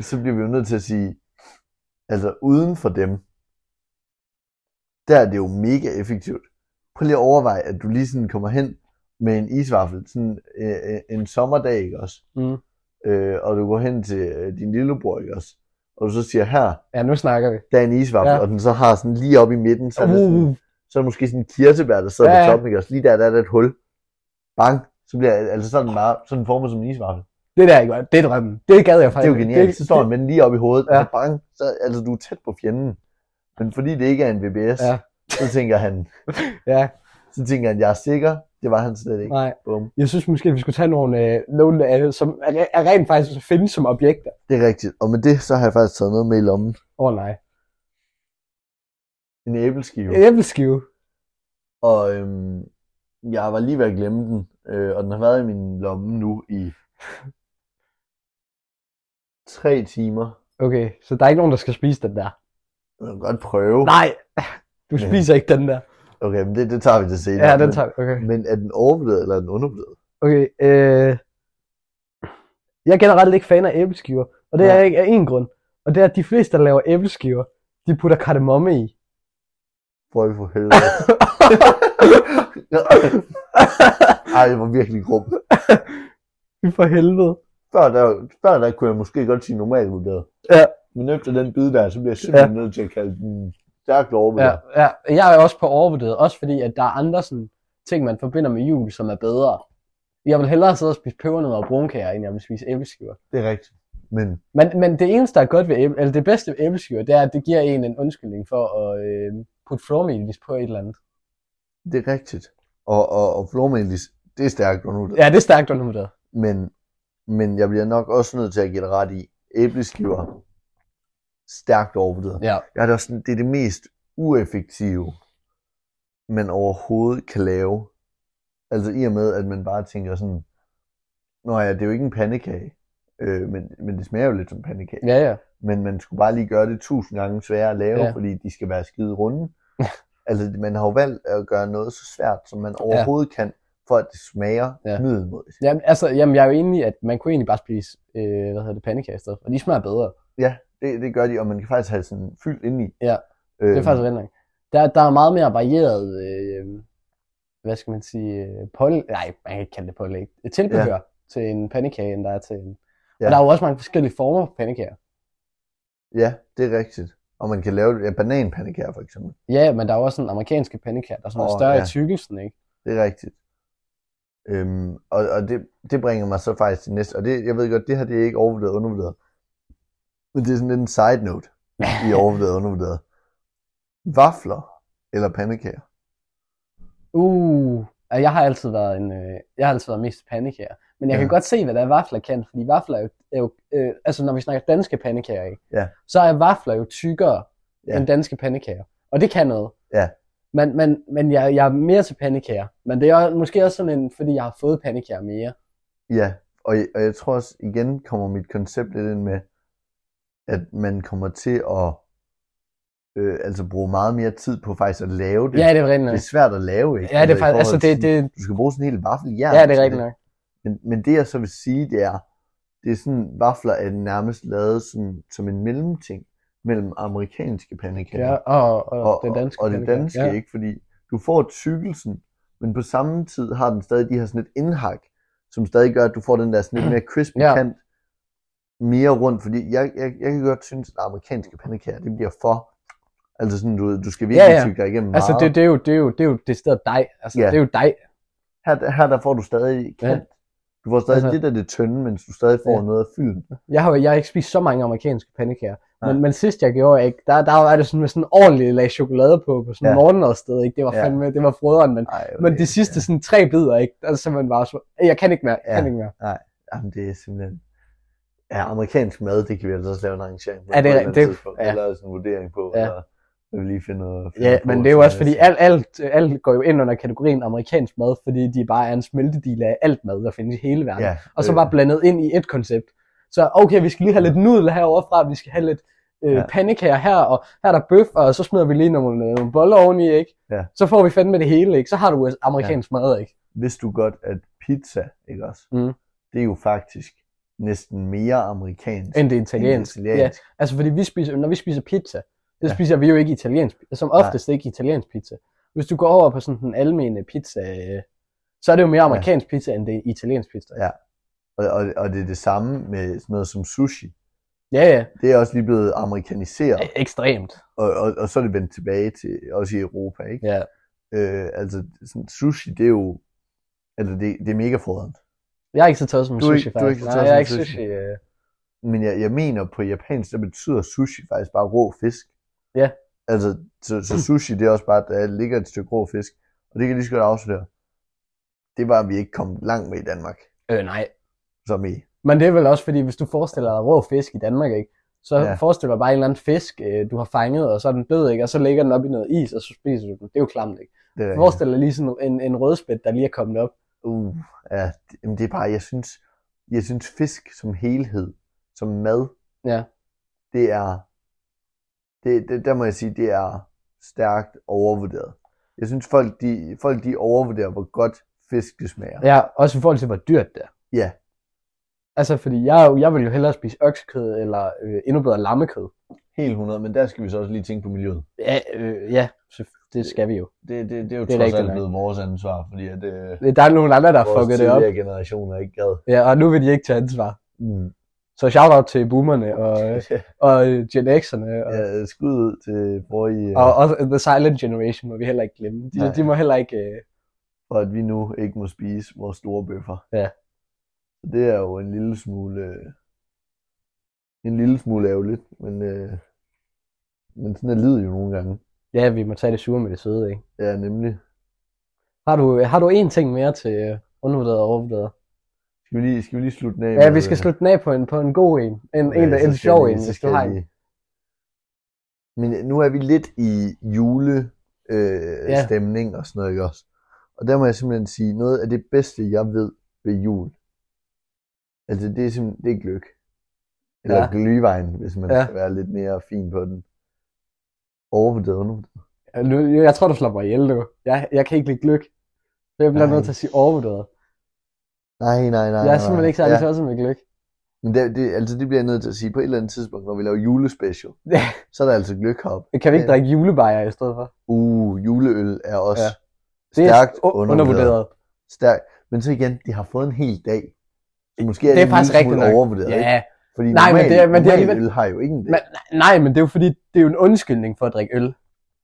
A: så bliver vi jo nødt til at sige, altså uden for dem, der er det jo mega effektivt. Prøv lige at overveje, at du lige sådan kommer hen med en isvaffel, sådan øh, øh, en sommerdag, ikke også?
B: Mm.
A: Øh, og du går hen til øh, din lillebror, ikke også? Og du så siger, her,
B: ja, nu snakker vi.
A: der er en isvaffel,
B: Ja.
A: ja. og den så har sådan lige op i midten, så er, det sådan,
B: Uh,
A: så er det måske sådan en kirsebær, der sidder
B: Ja,
A: ja.
B: ja.
A: på toppen, ikke også? Lige der, der er der et hul. Bang! Så bliver altså sådan meget, sådan formet som en isvaffel.
B: det der er ikke godt. Det er drømmen. Det gad jeg
A: Det er
B: faktisk.
A: jo genialt. Så står han med den lige op i hovedet,
B: Ja.
A: ja. og så bang, så, altså du er tæt på fjenden. Men fordi det ikke er en VBS,
B: Ja.
A: ja. så tænker han,
B: Ja,
A: så tænker han, jeg er sikker. Det var han slet ikke.
B: nej.
A: Bum.
B: Jeg synes måske, at vi skulle tage nogle, øh, nogle øh, som er, er rent faktisk findes som objekter.
A: Det er rigtigt. Og med det, så har jeg faktisk taget noget med i lommen.
B: Åh oh, nej.
A: En æbleskive.
B: En æbleskive.
A: Og øhm, jeg var lige ved at glemme den. Øh, og den har været i min lomme nu i tre timer.
B: Okay, så der er ikke nogen, der skal spise den der.
A: Jeg kan godt prøve.
B: Nej, du
A: Ja.
B: spiser ikke den der.
A: Okay, men det, det tager vi til senere.
B: Ja, den
A: Men-
B: tager vi. Okay.
A: Men er den overvurderet eller er den undervurderet?
B: okay øh, jeg er generelt ikke fan af æbleskiver, og det er
A: Nej.
B: jeg ikke af én grund. Og det er, at de fleste, der laver æbleskiver, de putter kardemomme i.
A: Prøv at få helvede. Ej, det var virkelig grum.
B: For helvede.
A: Før der, før der kunne jeg måske godt sige normalt vurderet.
B: Ja.
A: Men efter den bid der, så bliver jeg simpelthen ja. nødt til at kalde den stærkt
B: Ja,
A: overvurderet.
B: ja, jeg er også på overvurderet, også fordi at der er andre sådan, ting, man forbinder med jul, som er bedre. Jeg vil hellere sidde og spise pebernødder og brunkager, end jeg vil spise æbleskiver.
A: Det er rigtigt. Men
B: Men, men det eneste, der er godt ved æble, eller det bedste ved æbleskiver, det er, at det giver en en undskyldning for at øh, putte flormelis på et eller andet.
A: det er rigtigt. Og, og, og flormelis, det er stærkt undervurderet.
B: Ja, det er stærkt undervurderet.
A: Men, men jeg bliver nok også nødt til at give det ret i. Æbleskiver stærkt overvurderet.
B: Ja,
A: Jeg er da også sådan, det er det mest ueffektive, man overhovedet kan lave. Altså i og med, at man bare tænker sådan, nå ja, det er jo ikke en pandekage, øh, men, men det smager jo lidt som pandekage.
B: ja, ja.
A: Men man skulle bare lige gøre det tusind gange sværere at lave,
B: Ja.
A: ja. fordi de skal være skide runde. altså man har jo valgt at gøre noget så svært, som man overhovedet ja. kan, for at det smager
B: Ja.
A: ja. middelmodigt.
B: Jamen, altså, jamen, jeg er jo enig i, at man kunne egentlig bare spise, øh, hvad hedder det, pandekager i stedet, for, og de smager bedre.
A: Det, det gør de, og man kan faktisk have sådan fyldt indeni.
B: Ja.
A: Øhm,
B: Det er faktisk rigtig nok. Der, der er meget mere varieret, øh, hvad skal man sige, øh, pålæg, nej, man kan ikke kalde det pålæg, Et tilbehør ja. til en pandekage, end der er til en. Ja.
A: Ja.
B: Og der er jo også mange forskellige former for pandekager.
A: Ja, det er rigtigt. Og man kan lave ja, bananpandekager for eksempel.
B: Ja, men der er jo også den amerikanske pandekager, der er sådan oh,
A: Åh,
B: større ja.
A: ja.
B: i tykkelsen, ikke?
A: Det er rigtigt. Øhm, og og det, det bringer mig så faktisk til næste. Og det, jeg ved godt, det her det er ikke overvurderet og undervurderet. Men det er sådan lidt en side note i overvurderet og undervurderet. Vafler eller pandekager?
B: Uh, og jeg har altid været en, øh, jeg har altid været mest pandekager. Men jeg
A: Ja.
B: kan godt se, hvad der er vafler kan, fordi vafler er jo, er jo øh, altså når vi snakker danske pandekager, ikke?
A: Ja.
B: så er vafler jo tykkere
A: Ja.
B: end danske pandekager. Og det kan noget.
A: Ja.
B: Men, men, men jeg, jeg er mere til pandekager. Men det er jo måske også sådan en, fordi jeg har fået pandekager mere.
A: Ja, og, jeg- og jeg tror også, igen kommer mit koncept lidt ind med, at man kommer til at øh, altså bruge meget mere tid på faktisk at lave det.
B: Ja, det er rigtigt
A: det er
B: nok.
A: svært at lave, ikke?
B: Ja, det er
A: i
B: faktisk, altså
A: forhold
B: det,
A: til-
B: det,
A: Du skal bruge sådan en hel vaffeljern. altså,
B: ja, det
A: til
B: er rigtigt nok.
A: Men, men det jeg så vil sige, det er, det er sådan, vafler er nærmest lavet sådan, som en mellemting mellem amerikanske pandekager
B: Ja, og, og,
A: og,
B: det danske
A: og det
B: pandekager.
A: danske,
B: ja.
A: ikke? Fordi du får tykkelsen, men på samme tid har den stadig de her sådan et indhak, som stadig gør, at du får den der sådan lidt mere crisp
B: Ja.
A: ja. kant mere rundt, fordi jeg, jeg, jeg kan godt synes, at amerikanske pandekager, det bliver for, altså sådan, du, du skal virkelig
B: Ja, ja.
A: tykke dig igennem
B: Altså
A: meget.
B: det, det, er jo, det er jo, det er jo det stedet dig. Altså
A: Ja.
B: det er jo dig.
A: Her, her der får du stadig
B: Ja.
A: kant. Du får stadig
B: Altså-
A: altså, lidt af det tynde, men du stadig får
B: Ja.
A: noget af fylden.
B: Jeg har, jo- jeg har ikke spist så mange amerikanske pandekager.
A: Nej.
B: Men, men sidst jeg gjorde, ikke, der, der var det sådan med sådan en ordentlig lag chokolade på, på sådan en
A: Ja.
B: ja. morgenmadsted, ikke? Det var
A: Ja.
B: fandme, det var froderen, men,
A: Ej,
B: men de sidste
A: Ja.
B: sådan tre bidder, ikke? Der er simpelthen bare så, jeg kan ikke mere, jeg
A: Ja.
B: kan ikke mere.
A: Jamen, det er simpelthen... Ja, amerikansk mad, det kan vi altså også lave en arrangering på.
B: Ja, det er
A: på et
B: rigtigt.
A: eller andet
B: Det-
A: tidspunkt.
B: ja.
A: Jeg laver sådan en vurdering på,
B: Ja.
A: ja. og vi lige finde noget... finde
B: Ja,
A: noget på,
B: men det er jo
A: som
B: også fordi,
A: sådan.
B: alt, alt, alt går jo ind under kategorien amerikansk mad, fordi de bare er en smeltedil af alt mad, der findes i hele verden.
A: Ja,
B: og så
A: øh,
B: bare blandet ind i et koncept. Så okay, vi skal lige have lidt nudel herovre fra, vi skal have lidt øh, ja.
A: Ja.
B: pandekager her, og her er der bøf, og så smider vi lige nogle, øh, nogle boller oveni, ikke?
A: Ja.
B: Så får vi fandme det hele, ikke? Så har du øh, amerikansk ja. mad, ikke?
A: Vidste du godt, at pizza, ikke også?
B: Mm.
A: Det er jo faktisk næsten mere amerikansk
B: End det er italiansk.
A: italiensk.
B: Ja, altså fordi vi spiser, når vi spiser pizza, det ja.
A: Ja.
B: spiser vi jo ikke italiensk, som
A: Nej.
B: oftest ikke italiensk pizza. Hvis du går over på sådan den almene pizza, øh, så er det jo mere amerikansk ja. pizza, end det er italiensk pizza.
A: Ja. Og, og, og det er det samme med sådan noget som sushi.
B: Ja, ja.
A: Det er også lige blevet amerikaniseret,
B: E- Ekstremt.
A: og, og, og så er det vendt tilbage til, også i Europa, ikke?
B: Ja.
A: Øh, altså, sådan, sushi, det er jo... Altså, det, det er mega fodrende.
B: Jeg er ikke så tosset med
A: Du er
B: sushi,
A: ikke- du er
B: faktisk.
A: ikke så
B: Nej,
A: tosset
B: jeg er
A: med
B: ikke
A: sushi.
B: sushi. Øh,
A: Men jeg, jeg mener, på japansk, der betyder sushi faktisk bare rå fisk.
B: Ja.
A: Altså, så, så sushi, det er også bare, at der ligger et stykke rå fisk. Og det kan jeg lige så godt afsløre. Det var, vi ikke kom langt med i Danmark,
B: øh, nej,
A: som i.
B: Men det er vel også fordi, hvis du forestiller dig rå fisk i Danmark, ikke? så ja.
A: Ja.
B: forestil dig bare en eller anden fisk, øh, du har fanget, og så er den død, ikke? og så ligger den op i noget is, og så spiser du den. Det er jo klamt, ikke?
A: Det der,
B: Forestil dig lige sådan en, en rødspæt, der lige er kommet op.
A: uh, ja, det, jamen, det er bare, jeg synes, jeg synes fisk som helhed, som mad,
B: Ja.
A: det er, det, det, der må jeg sige, det er stærkt overvurderet. Jeg synes, folk de, folk de overvurderer, hvor godt fisk det smager.
B: Ja, også i forhold til, hvor dyrt det er.
A: Ja.
B: Altså, fordi jeg, er jo- jeg vil jo hellere spise oksekød, eller øh, endnu bedre lammekød.
A: Helt 100, men der skal vi så også lige tænke på miljøet.
B: Ja, øh, ja, så det skal vi jo.
A: Det, det, det er jo
B: Det er
A: det trods
B: rigtigt
A: alt
B: nok.
A: blevet vores ansvar, fordi at øh,
B: Der er nogle andre, der har
A: vores
B: fucket det op.
A: tidligere generationer ikke gad.
B: Ja, og nu vil de ikke tage ansvar.
A: Mm.
B: Så shout-out til boomerne og, øh, og øh, Gen X'erne og
A: ja, skud ud til forrige,
B: Og
A: øh,
B: også The Silent Generation må vi heller ikke glemme. De,
A: Nej.
B: de må heller ikke... Øh...
A: for at vi nu ikke må spise vores store bøffer.
B: Ja.
A: Så det er jo en lille smule, øh, en lille smule ærgerligt, men, øh, men sådan er livet jo nogle gange.
B: Ja, vi må tage det sure med det søde, ikke?
A: Ja, nemlig.
B: Har du, øh, har du én ting mere til øh, undervurderet og overvurderet?
A: Skal vi lige, skal vi lige slutte den af øh,
B: Ja, vi skal slutte den af på en, på en god en. En, en, der, en sjov en, hvis du har en.
A: Men øh, nu er vi lidt i
B: Ja.
A: julestemning og sådan noget, ikke også? Og der må jeg simpelthen sige, noget af det bedste, jeg ved ved jul, altså det er simpelthen, det er gløk. Eller
B: Ja.
A: ja. glühwein, hvis man
B: Ja.
A: ja. skal være lidt mere fin på den. Overvurderet og undervurderet.
B: Jeg, nu- jeg tror, du slår mig ihjel nu. Jeg, jeg kan ikke lide gløk. Så jeg bliver
A: Nej.
B: nødt til at sige overvurderet.
A: Nej, nej, nej.
B: Jeg
A: nej,
B: er simpelthen
A: nej.
B: ikke særlig ja. tosset med gløk.
A: Men det, det, altså det bliver jeg nødt til at sige, på et eller andet tidspunkt, når vi laver julespecial,
B: Ja.
A: så er der altså gløk herop.
B: Kan vi ikke
A: Ja.
B: drikke julebajer i stedet for?
A: Uh, juleøl er også
B: Ja.
A: ja.
B: Det er
A: stærkt
B: u- undervurderet.
A: Stærkt. Men så igen, de har fået en hel dag. Så måske er
B: Det
A: det,
B: er
A: en
B: faktisk
A: lille smule
B: rigtigt nok.
A: overvurderet. Ikke?
B: Ja,
A: Fordi
B: Nej, men
A: normal,
B: det er- men det er
A: normal
B: alligevel-
A: øl har jo ingen dag.
B: Men- nej, men det er jo fordi, det er jo en undskyldning for at drikke øl.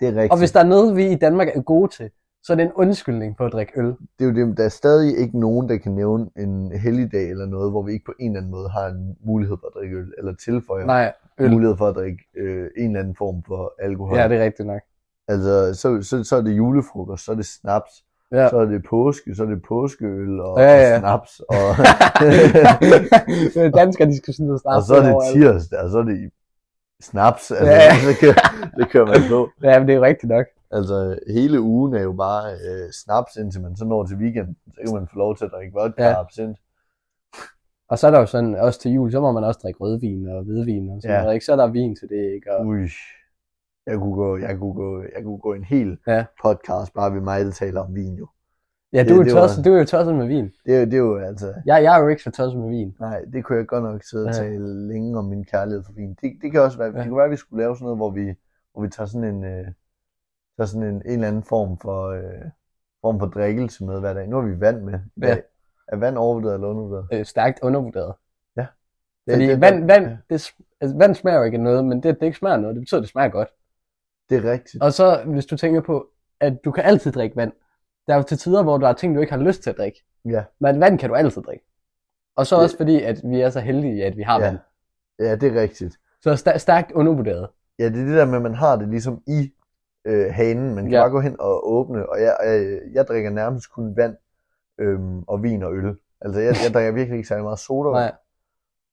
A: det er rigtigt.
B: Og hvis der er noget, vi i Danmark er gode til, så er det en undskyldning for at drikke øl.
A: Det er jo det, der er stadig ikke nogen, der kan nævne en helligdag eller noget, hvor vi ikke på en eller anden måde har en mulighed for at drikke øl, eller tilføjer
B: Nej, øl.
A: mulighed for at drikke øh, en eller anden form for alkohol.
B: Ja, det er rigtigt nok.
A: Altså, så, så, så er det julefrokost, så er det snaps,
B: Ja.
A: så er det påske, så er det påskeøl og,
B: Ja, ja, ja.
A: og snaps, og,
B: Danskere, de skal sådan noget starte.
A: og så er det
B: overalt.
A: tirsdag, og så er det snaps. Altså,
B: Ja.
A: ja. det, kører, det kører man på.
B: Ja, men det er jo rigtigt nok.
A: Altså, hele ugen er jo bare øh, snaps, indtil man så når til weekenden. Så kan man få lov til at drikke vodka
B: Ja.
A: ja. absint.
B: Og så er der jo sådan, også til jul, så må man også drikke rødvin og hvidvin og sådan
A: Ja. Mm.
B: noget, ikke? Så er der vin til det, ikke? Og,
A: Ui. Jeg kunne, gå, jeg, kunne gå, jeg kunne gå en hel
B: Ja.
A: podcast bare ved mig, der taler om vin jo.
B: ja, du
A: det-
B: er, jo
A: det var-
B: tosset, du er jo tosset med vin.
A: Det, er jo- det er jo altså...
B: Jeg, jeg er jo ikke så tosset med vin.
A: Nej, det kunne jeg godt nok sidde og
B: Ja.
A: tale længe om min kærlighed for vin. Det, det kan også være,
B: Ja.
A: det kunne være, at vi skulle lave sådan noget, hvor vi, hvor vi tager sådan en, øh, tager sådan en, en eller anden form for, øh, form for drikkelse med hver dag. Nu har vi vand med i
B: Ja.
A: dag. Er vand overvurderet eller undervurderet?
B: Øh, stærkt undervurderet.
A: Det,
B: Fordi
A: det,
B: vand, vand,
A: ja.
B: det, sm- altså, vand smager jo ikke af noget, men det, at det ikke smager af noget, det betyder, at det smager godt.
A: Det er rigtigt.
B: Og så, hvis du tænker på, at du kan altid drikke vand. Der er jo til tider, hvor der er ting, du ikke har lyst til at drikke.
A: Ja.
B: Men vand kan du altid drikke. Og så
A: Det-
B: også fordi, at vi er så heldige, at vi har
A: Ja.
B: vand.
A: Ja, det er rigtigt.
B: Så sta- stærkt undervurderet.
A: Ja, det er det der med, at man har det ligesom i øh, hanen. Man kan
B: Ja.
A: ja. bare gå hen og åbne, og jeg, jeg, jeg drikker nærmest kun vand øhm, og vin og øl. Altså, jeg, jeg drikker virkelig ikke særlig meget sodavand.
B: Nej.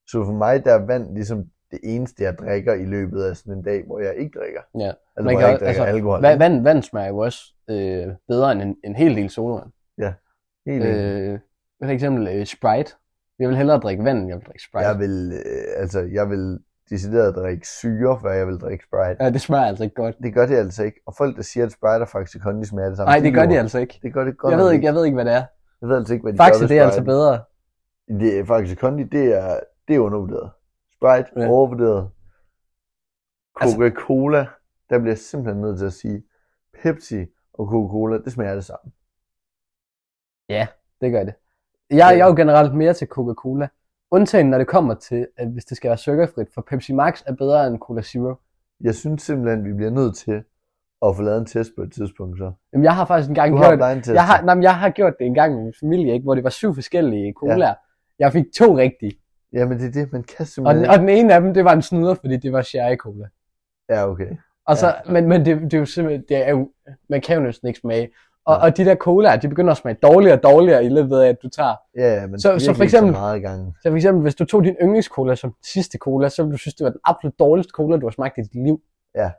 A: Så for mig, der er vand ligesom det eneste, jeg drikker i løbet af sådan en dag, hvor jeg ikke drikker.
B: Ja.
A: Altså,
B: Man
A: hvor
B: kan
A: jeg
B: også-
A: ikke drikker
B: altså,
A: alkohol.
B: Vand, vand, vand smager jo også øh, bedre end en, en hel del sodavand.
A: Helt enig.
B: Øh, for eksempel øh, Sprite. Jeg vil hellere drikke vand, end jeg vil drikke Sprite.
A: jeg vil, øh, altså, jeg vil decideret drikke syre, før jeg vil drikke Sprite.
B: Ja, det smager altså ikke godt.
A: Det gør det altså ikke. Og folk, der siger, at Sprite og Faxe Kondi smager det samme.
B: Nej, det gør de
A: lyver.
B: altså ikke.
A: Det gør det godt
B: Jeg ved
A: nok
B: ikke, jeg ved ikke, hvad det er.
A: Jeg ved altså ikke, hvad de
B: Faktisk
A: gør
B: det
A: ved
B: er altså
A: Sprite.
B: bedre.
A: Det er Faxe Kondi, det er, det er undervurderet. Sprite,
B: Ja.
A: ja. overvurderet.
B: Altså-
A: Coca-Cola, der bliver jeg simpelthen nødt til at sige, Pepsi og Coca-Cola, det smager det samme.
B: Det gør det. Jeg,
A: Ja.
B: jeg er jo generelt mere til Coca-Cola. Undtagen når det kommer til, at hvis det skal være sukkerfrit, for Pepsi Max er bedre end Cola Zero.
A: Jeg synes simpelthen, vi bliver nødt til at få lavet en test på et tidspunkt så.
B: Jamen, jeg har faktisk engang
A: Du
B: gjort...
A: har dig en test.
B: jeg, har, nej, men jeg har gjort det engang med min familie, ikke, hvor det var syv forskellige colaer. Ja. Jeg fik to rigtige.
A: Jamen det er det, man kan
B: Og,
A: simpelthen
B: den,
A: ikke.
B: og den ene af dem, det var en snyder, fordi det var sherry cola.
A: Ja, okay.
B: Og så, ja.
A: Ja.
B: Men, men det, det, er jo simpelthen, det er jo, man kan jo næsten ikke smage. Og, ja.
A: Ja.
B: og de der colaer, de begynder at smage dårligere og dårligere i løbet af, at du tager.
A: Ja, ja, men
B: Så-
A: virkelig
B: så
A: ikke
B: for eksempel-
A: så meget i gangen.
B: Så for eksempel, hvis du tog din yndlingscola som den sidste cola, så ville du synes, det var den absolut dårligste cola, du har smagt i dit liv.
A: Ja.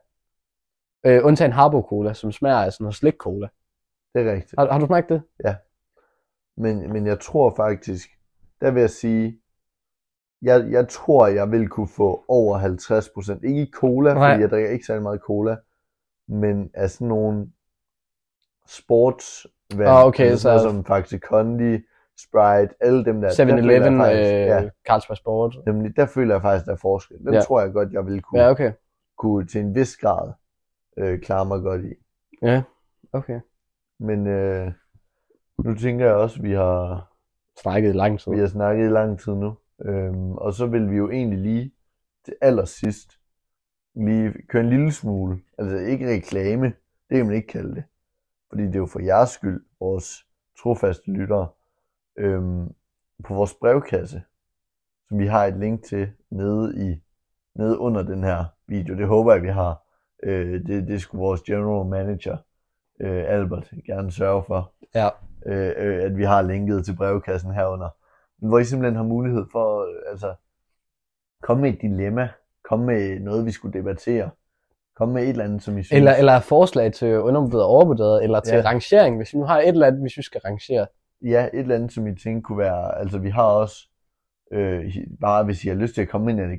B: Øh, undtagen Harbo Cola, som smager af sådan noget slik cola.
A: Det er rigtigt.
B: Har, har du smagt det?
A: Men, men jeg tror faktisk, der vil jeg sige, jeg, jeg tror, jeg vil kunne få over 50 procent. Ikke i cola,
B: Nej.
A: Nej. fordi jeg drikker ikke særlig meget cola, men af sådan nogle sportsvand.
B: Ah, okay,
A: altså sådan
B: så-
A: noget som Faxe Kondi, Sprite, alle dem der. der føler jeg
B: 7-Eleven,
A: faktisk-
B: øh,
A: ja,
B: Carlsberg Sport.
A: nemlig, der føler jeg faktisk, der er forskel. Den
B: Ja.
A: ja. tror jeg godt, jeg vil kunne,
B: Ja, okay.
A: kunne til en vis grad øh, klare mig godt i.
B: okay.
A: Men øh, nu tænker jeg også, at vi har,
B: Snakket i lang tid.
A: vi har snakket i lang tid nu. Øhm, og så vil vi jo egentlig lige til allersidst lige køre en lille smule. Altså ikke reklame, det kan man ikke kalde det. Fordi det er jo for jeres skyld, vores trofaste lyttere, øhm, på vores brevkasse, som vi har et link til nede, i, nede under den her video. Det håber jeg, vi har. Øh, det, det skulle vores general manager, øh, Albert, gerne sørge for
B: Ja.
A: øh, øh, at vi har linket til brevkassen herunder. Men hvor I simpelthen har mulighed for at øh, altså, komme med et dilemma, komme med noget, vi skulle debattere, Kom med et eller andet, som I synes.
B: Eller, eller forslag til undervurderet og overvurderet, eller til
A: Ja. altså, øh,
B: øh, øh, øh,
A: Øhm, øh, altså
B: Øh,
A: altså altså øh, Øhm, øh, Øhm, øh, Øh, øh, øh, Øh, Øh,
B: Altså,
A: øh. Øh, Øhm, øh,
B: øh,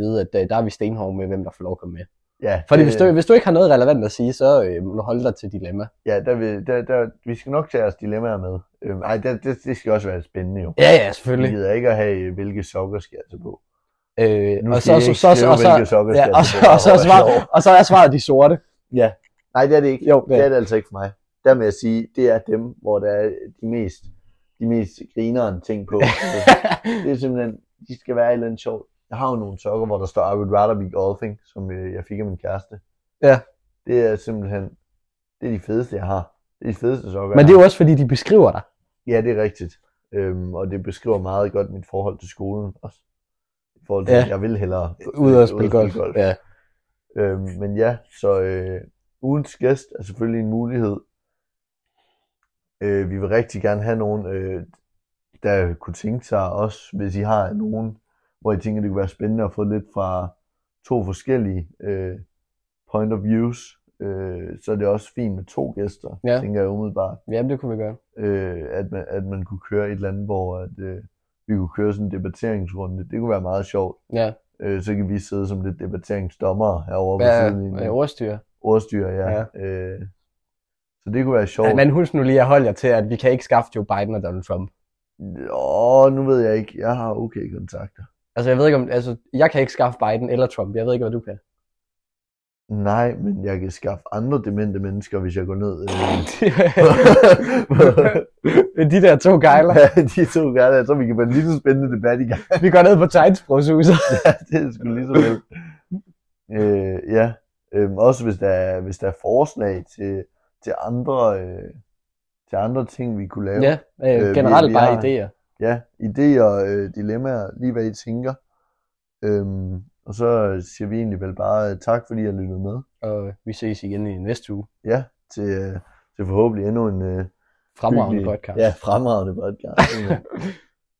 A: øh, Øhm, øh, øh,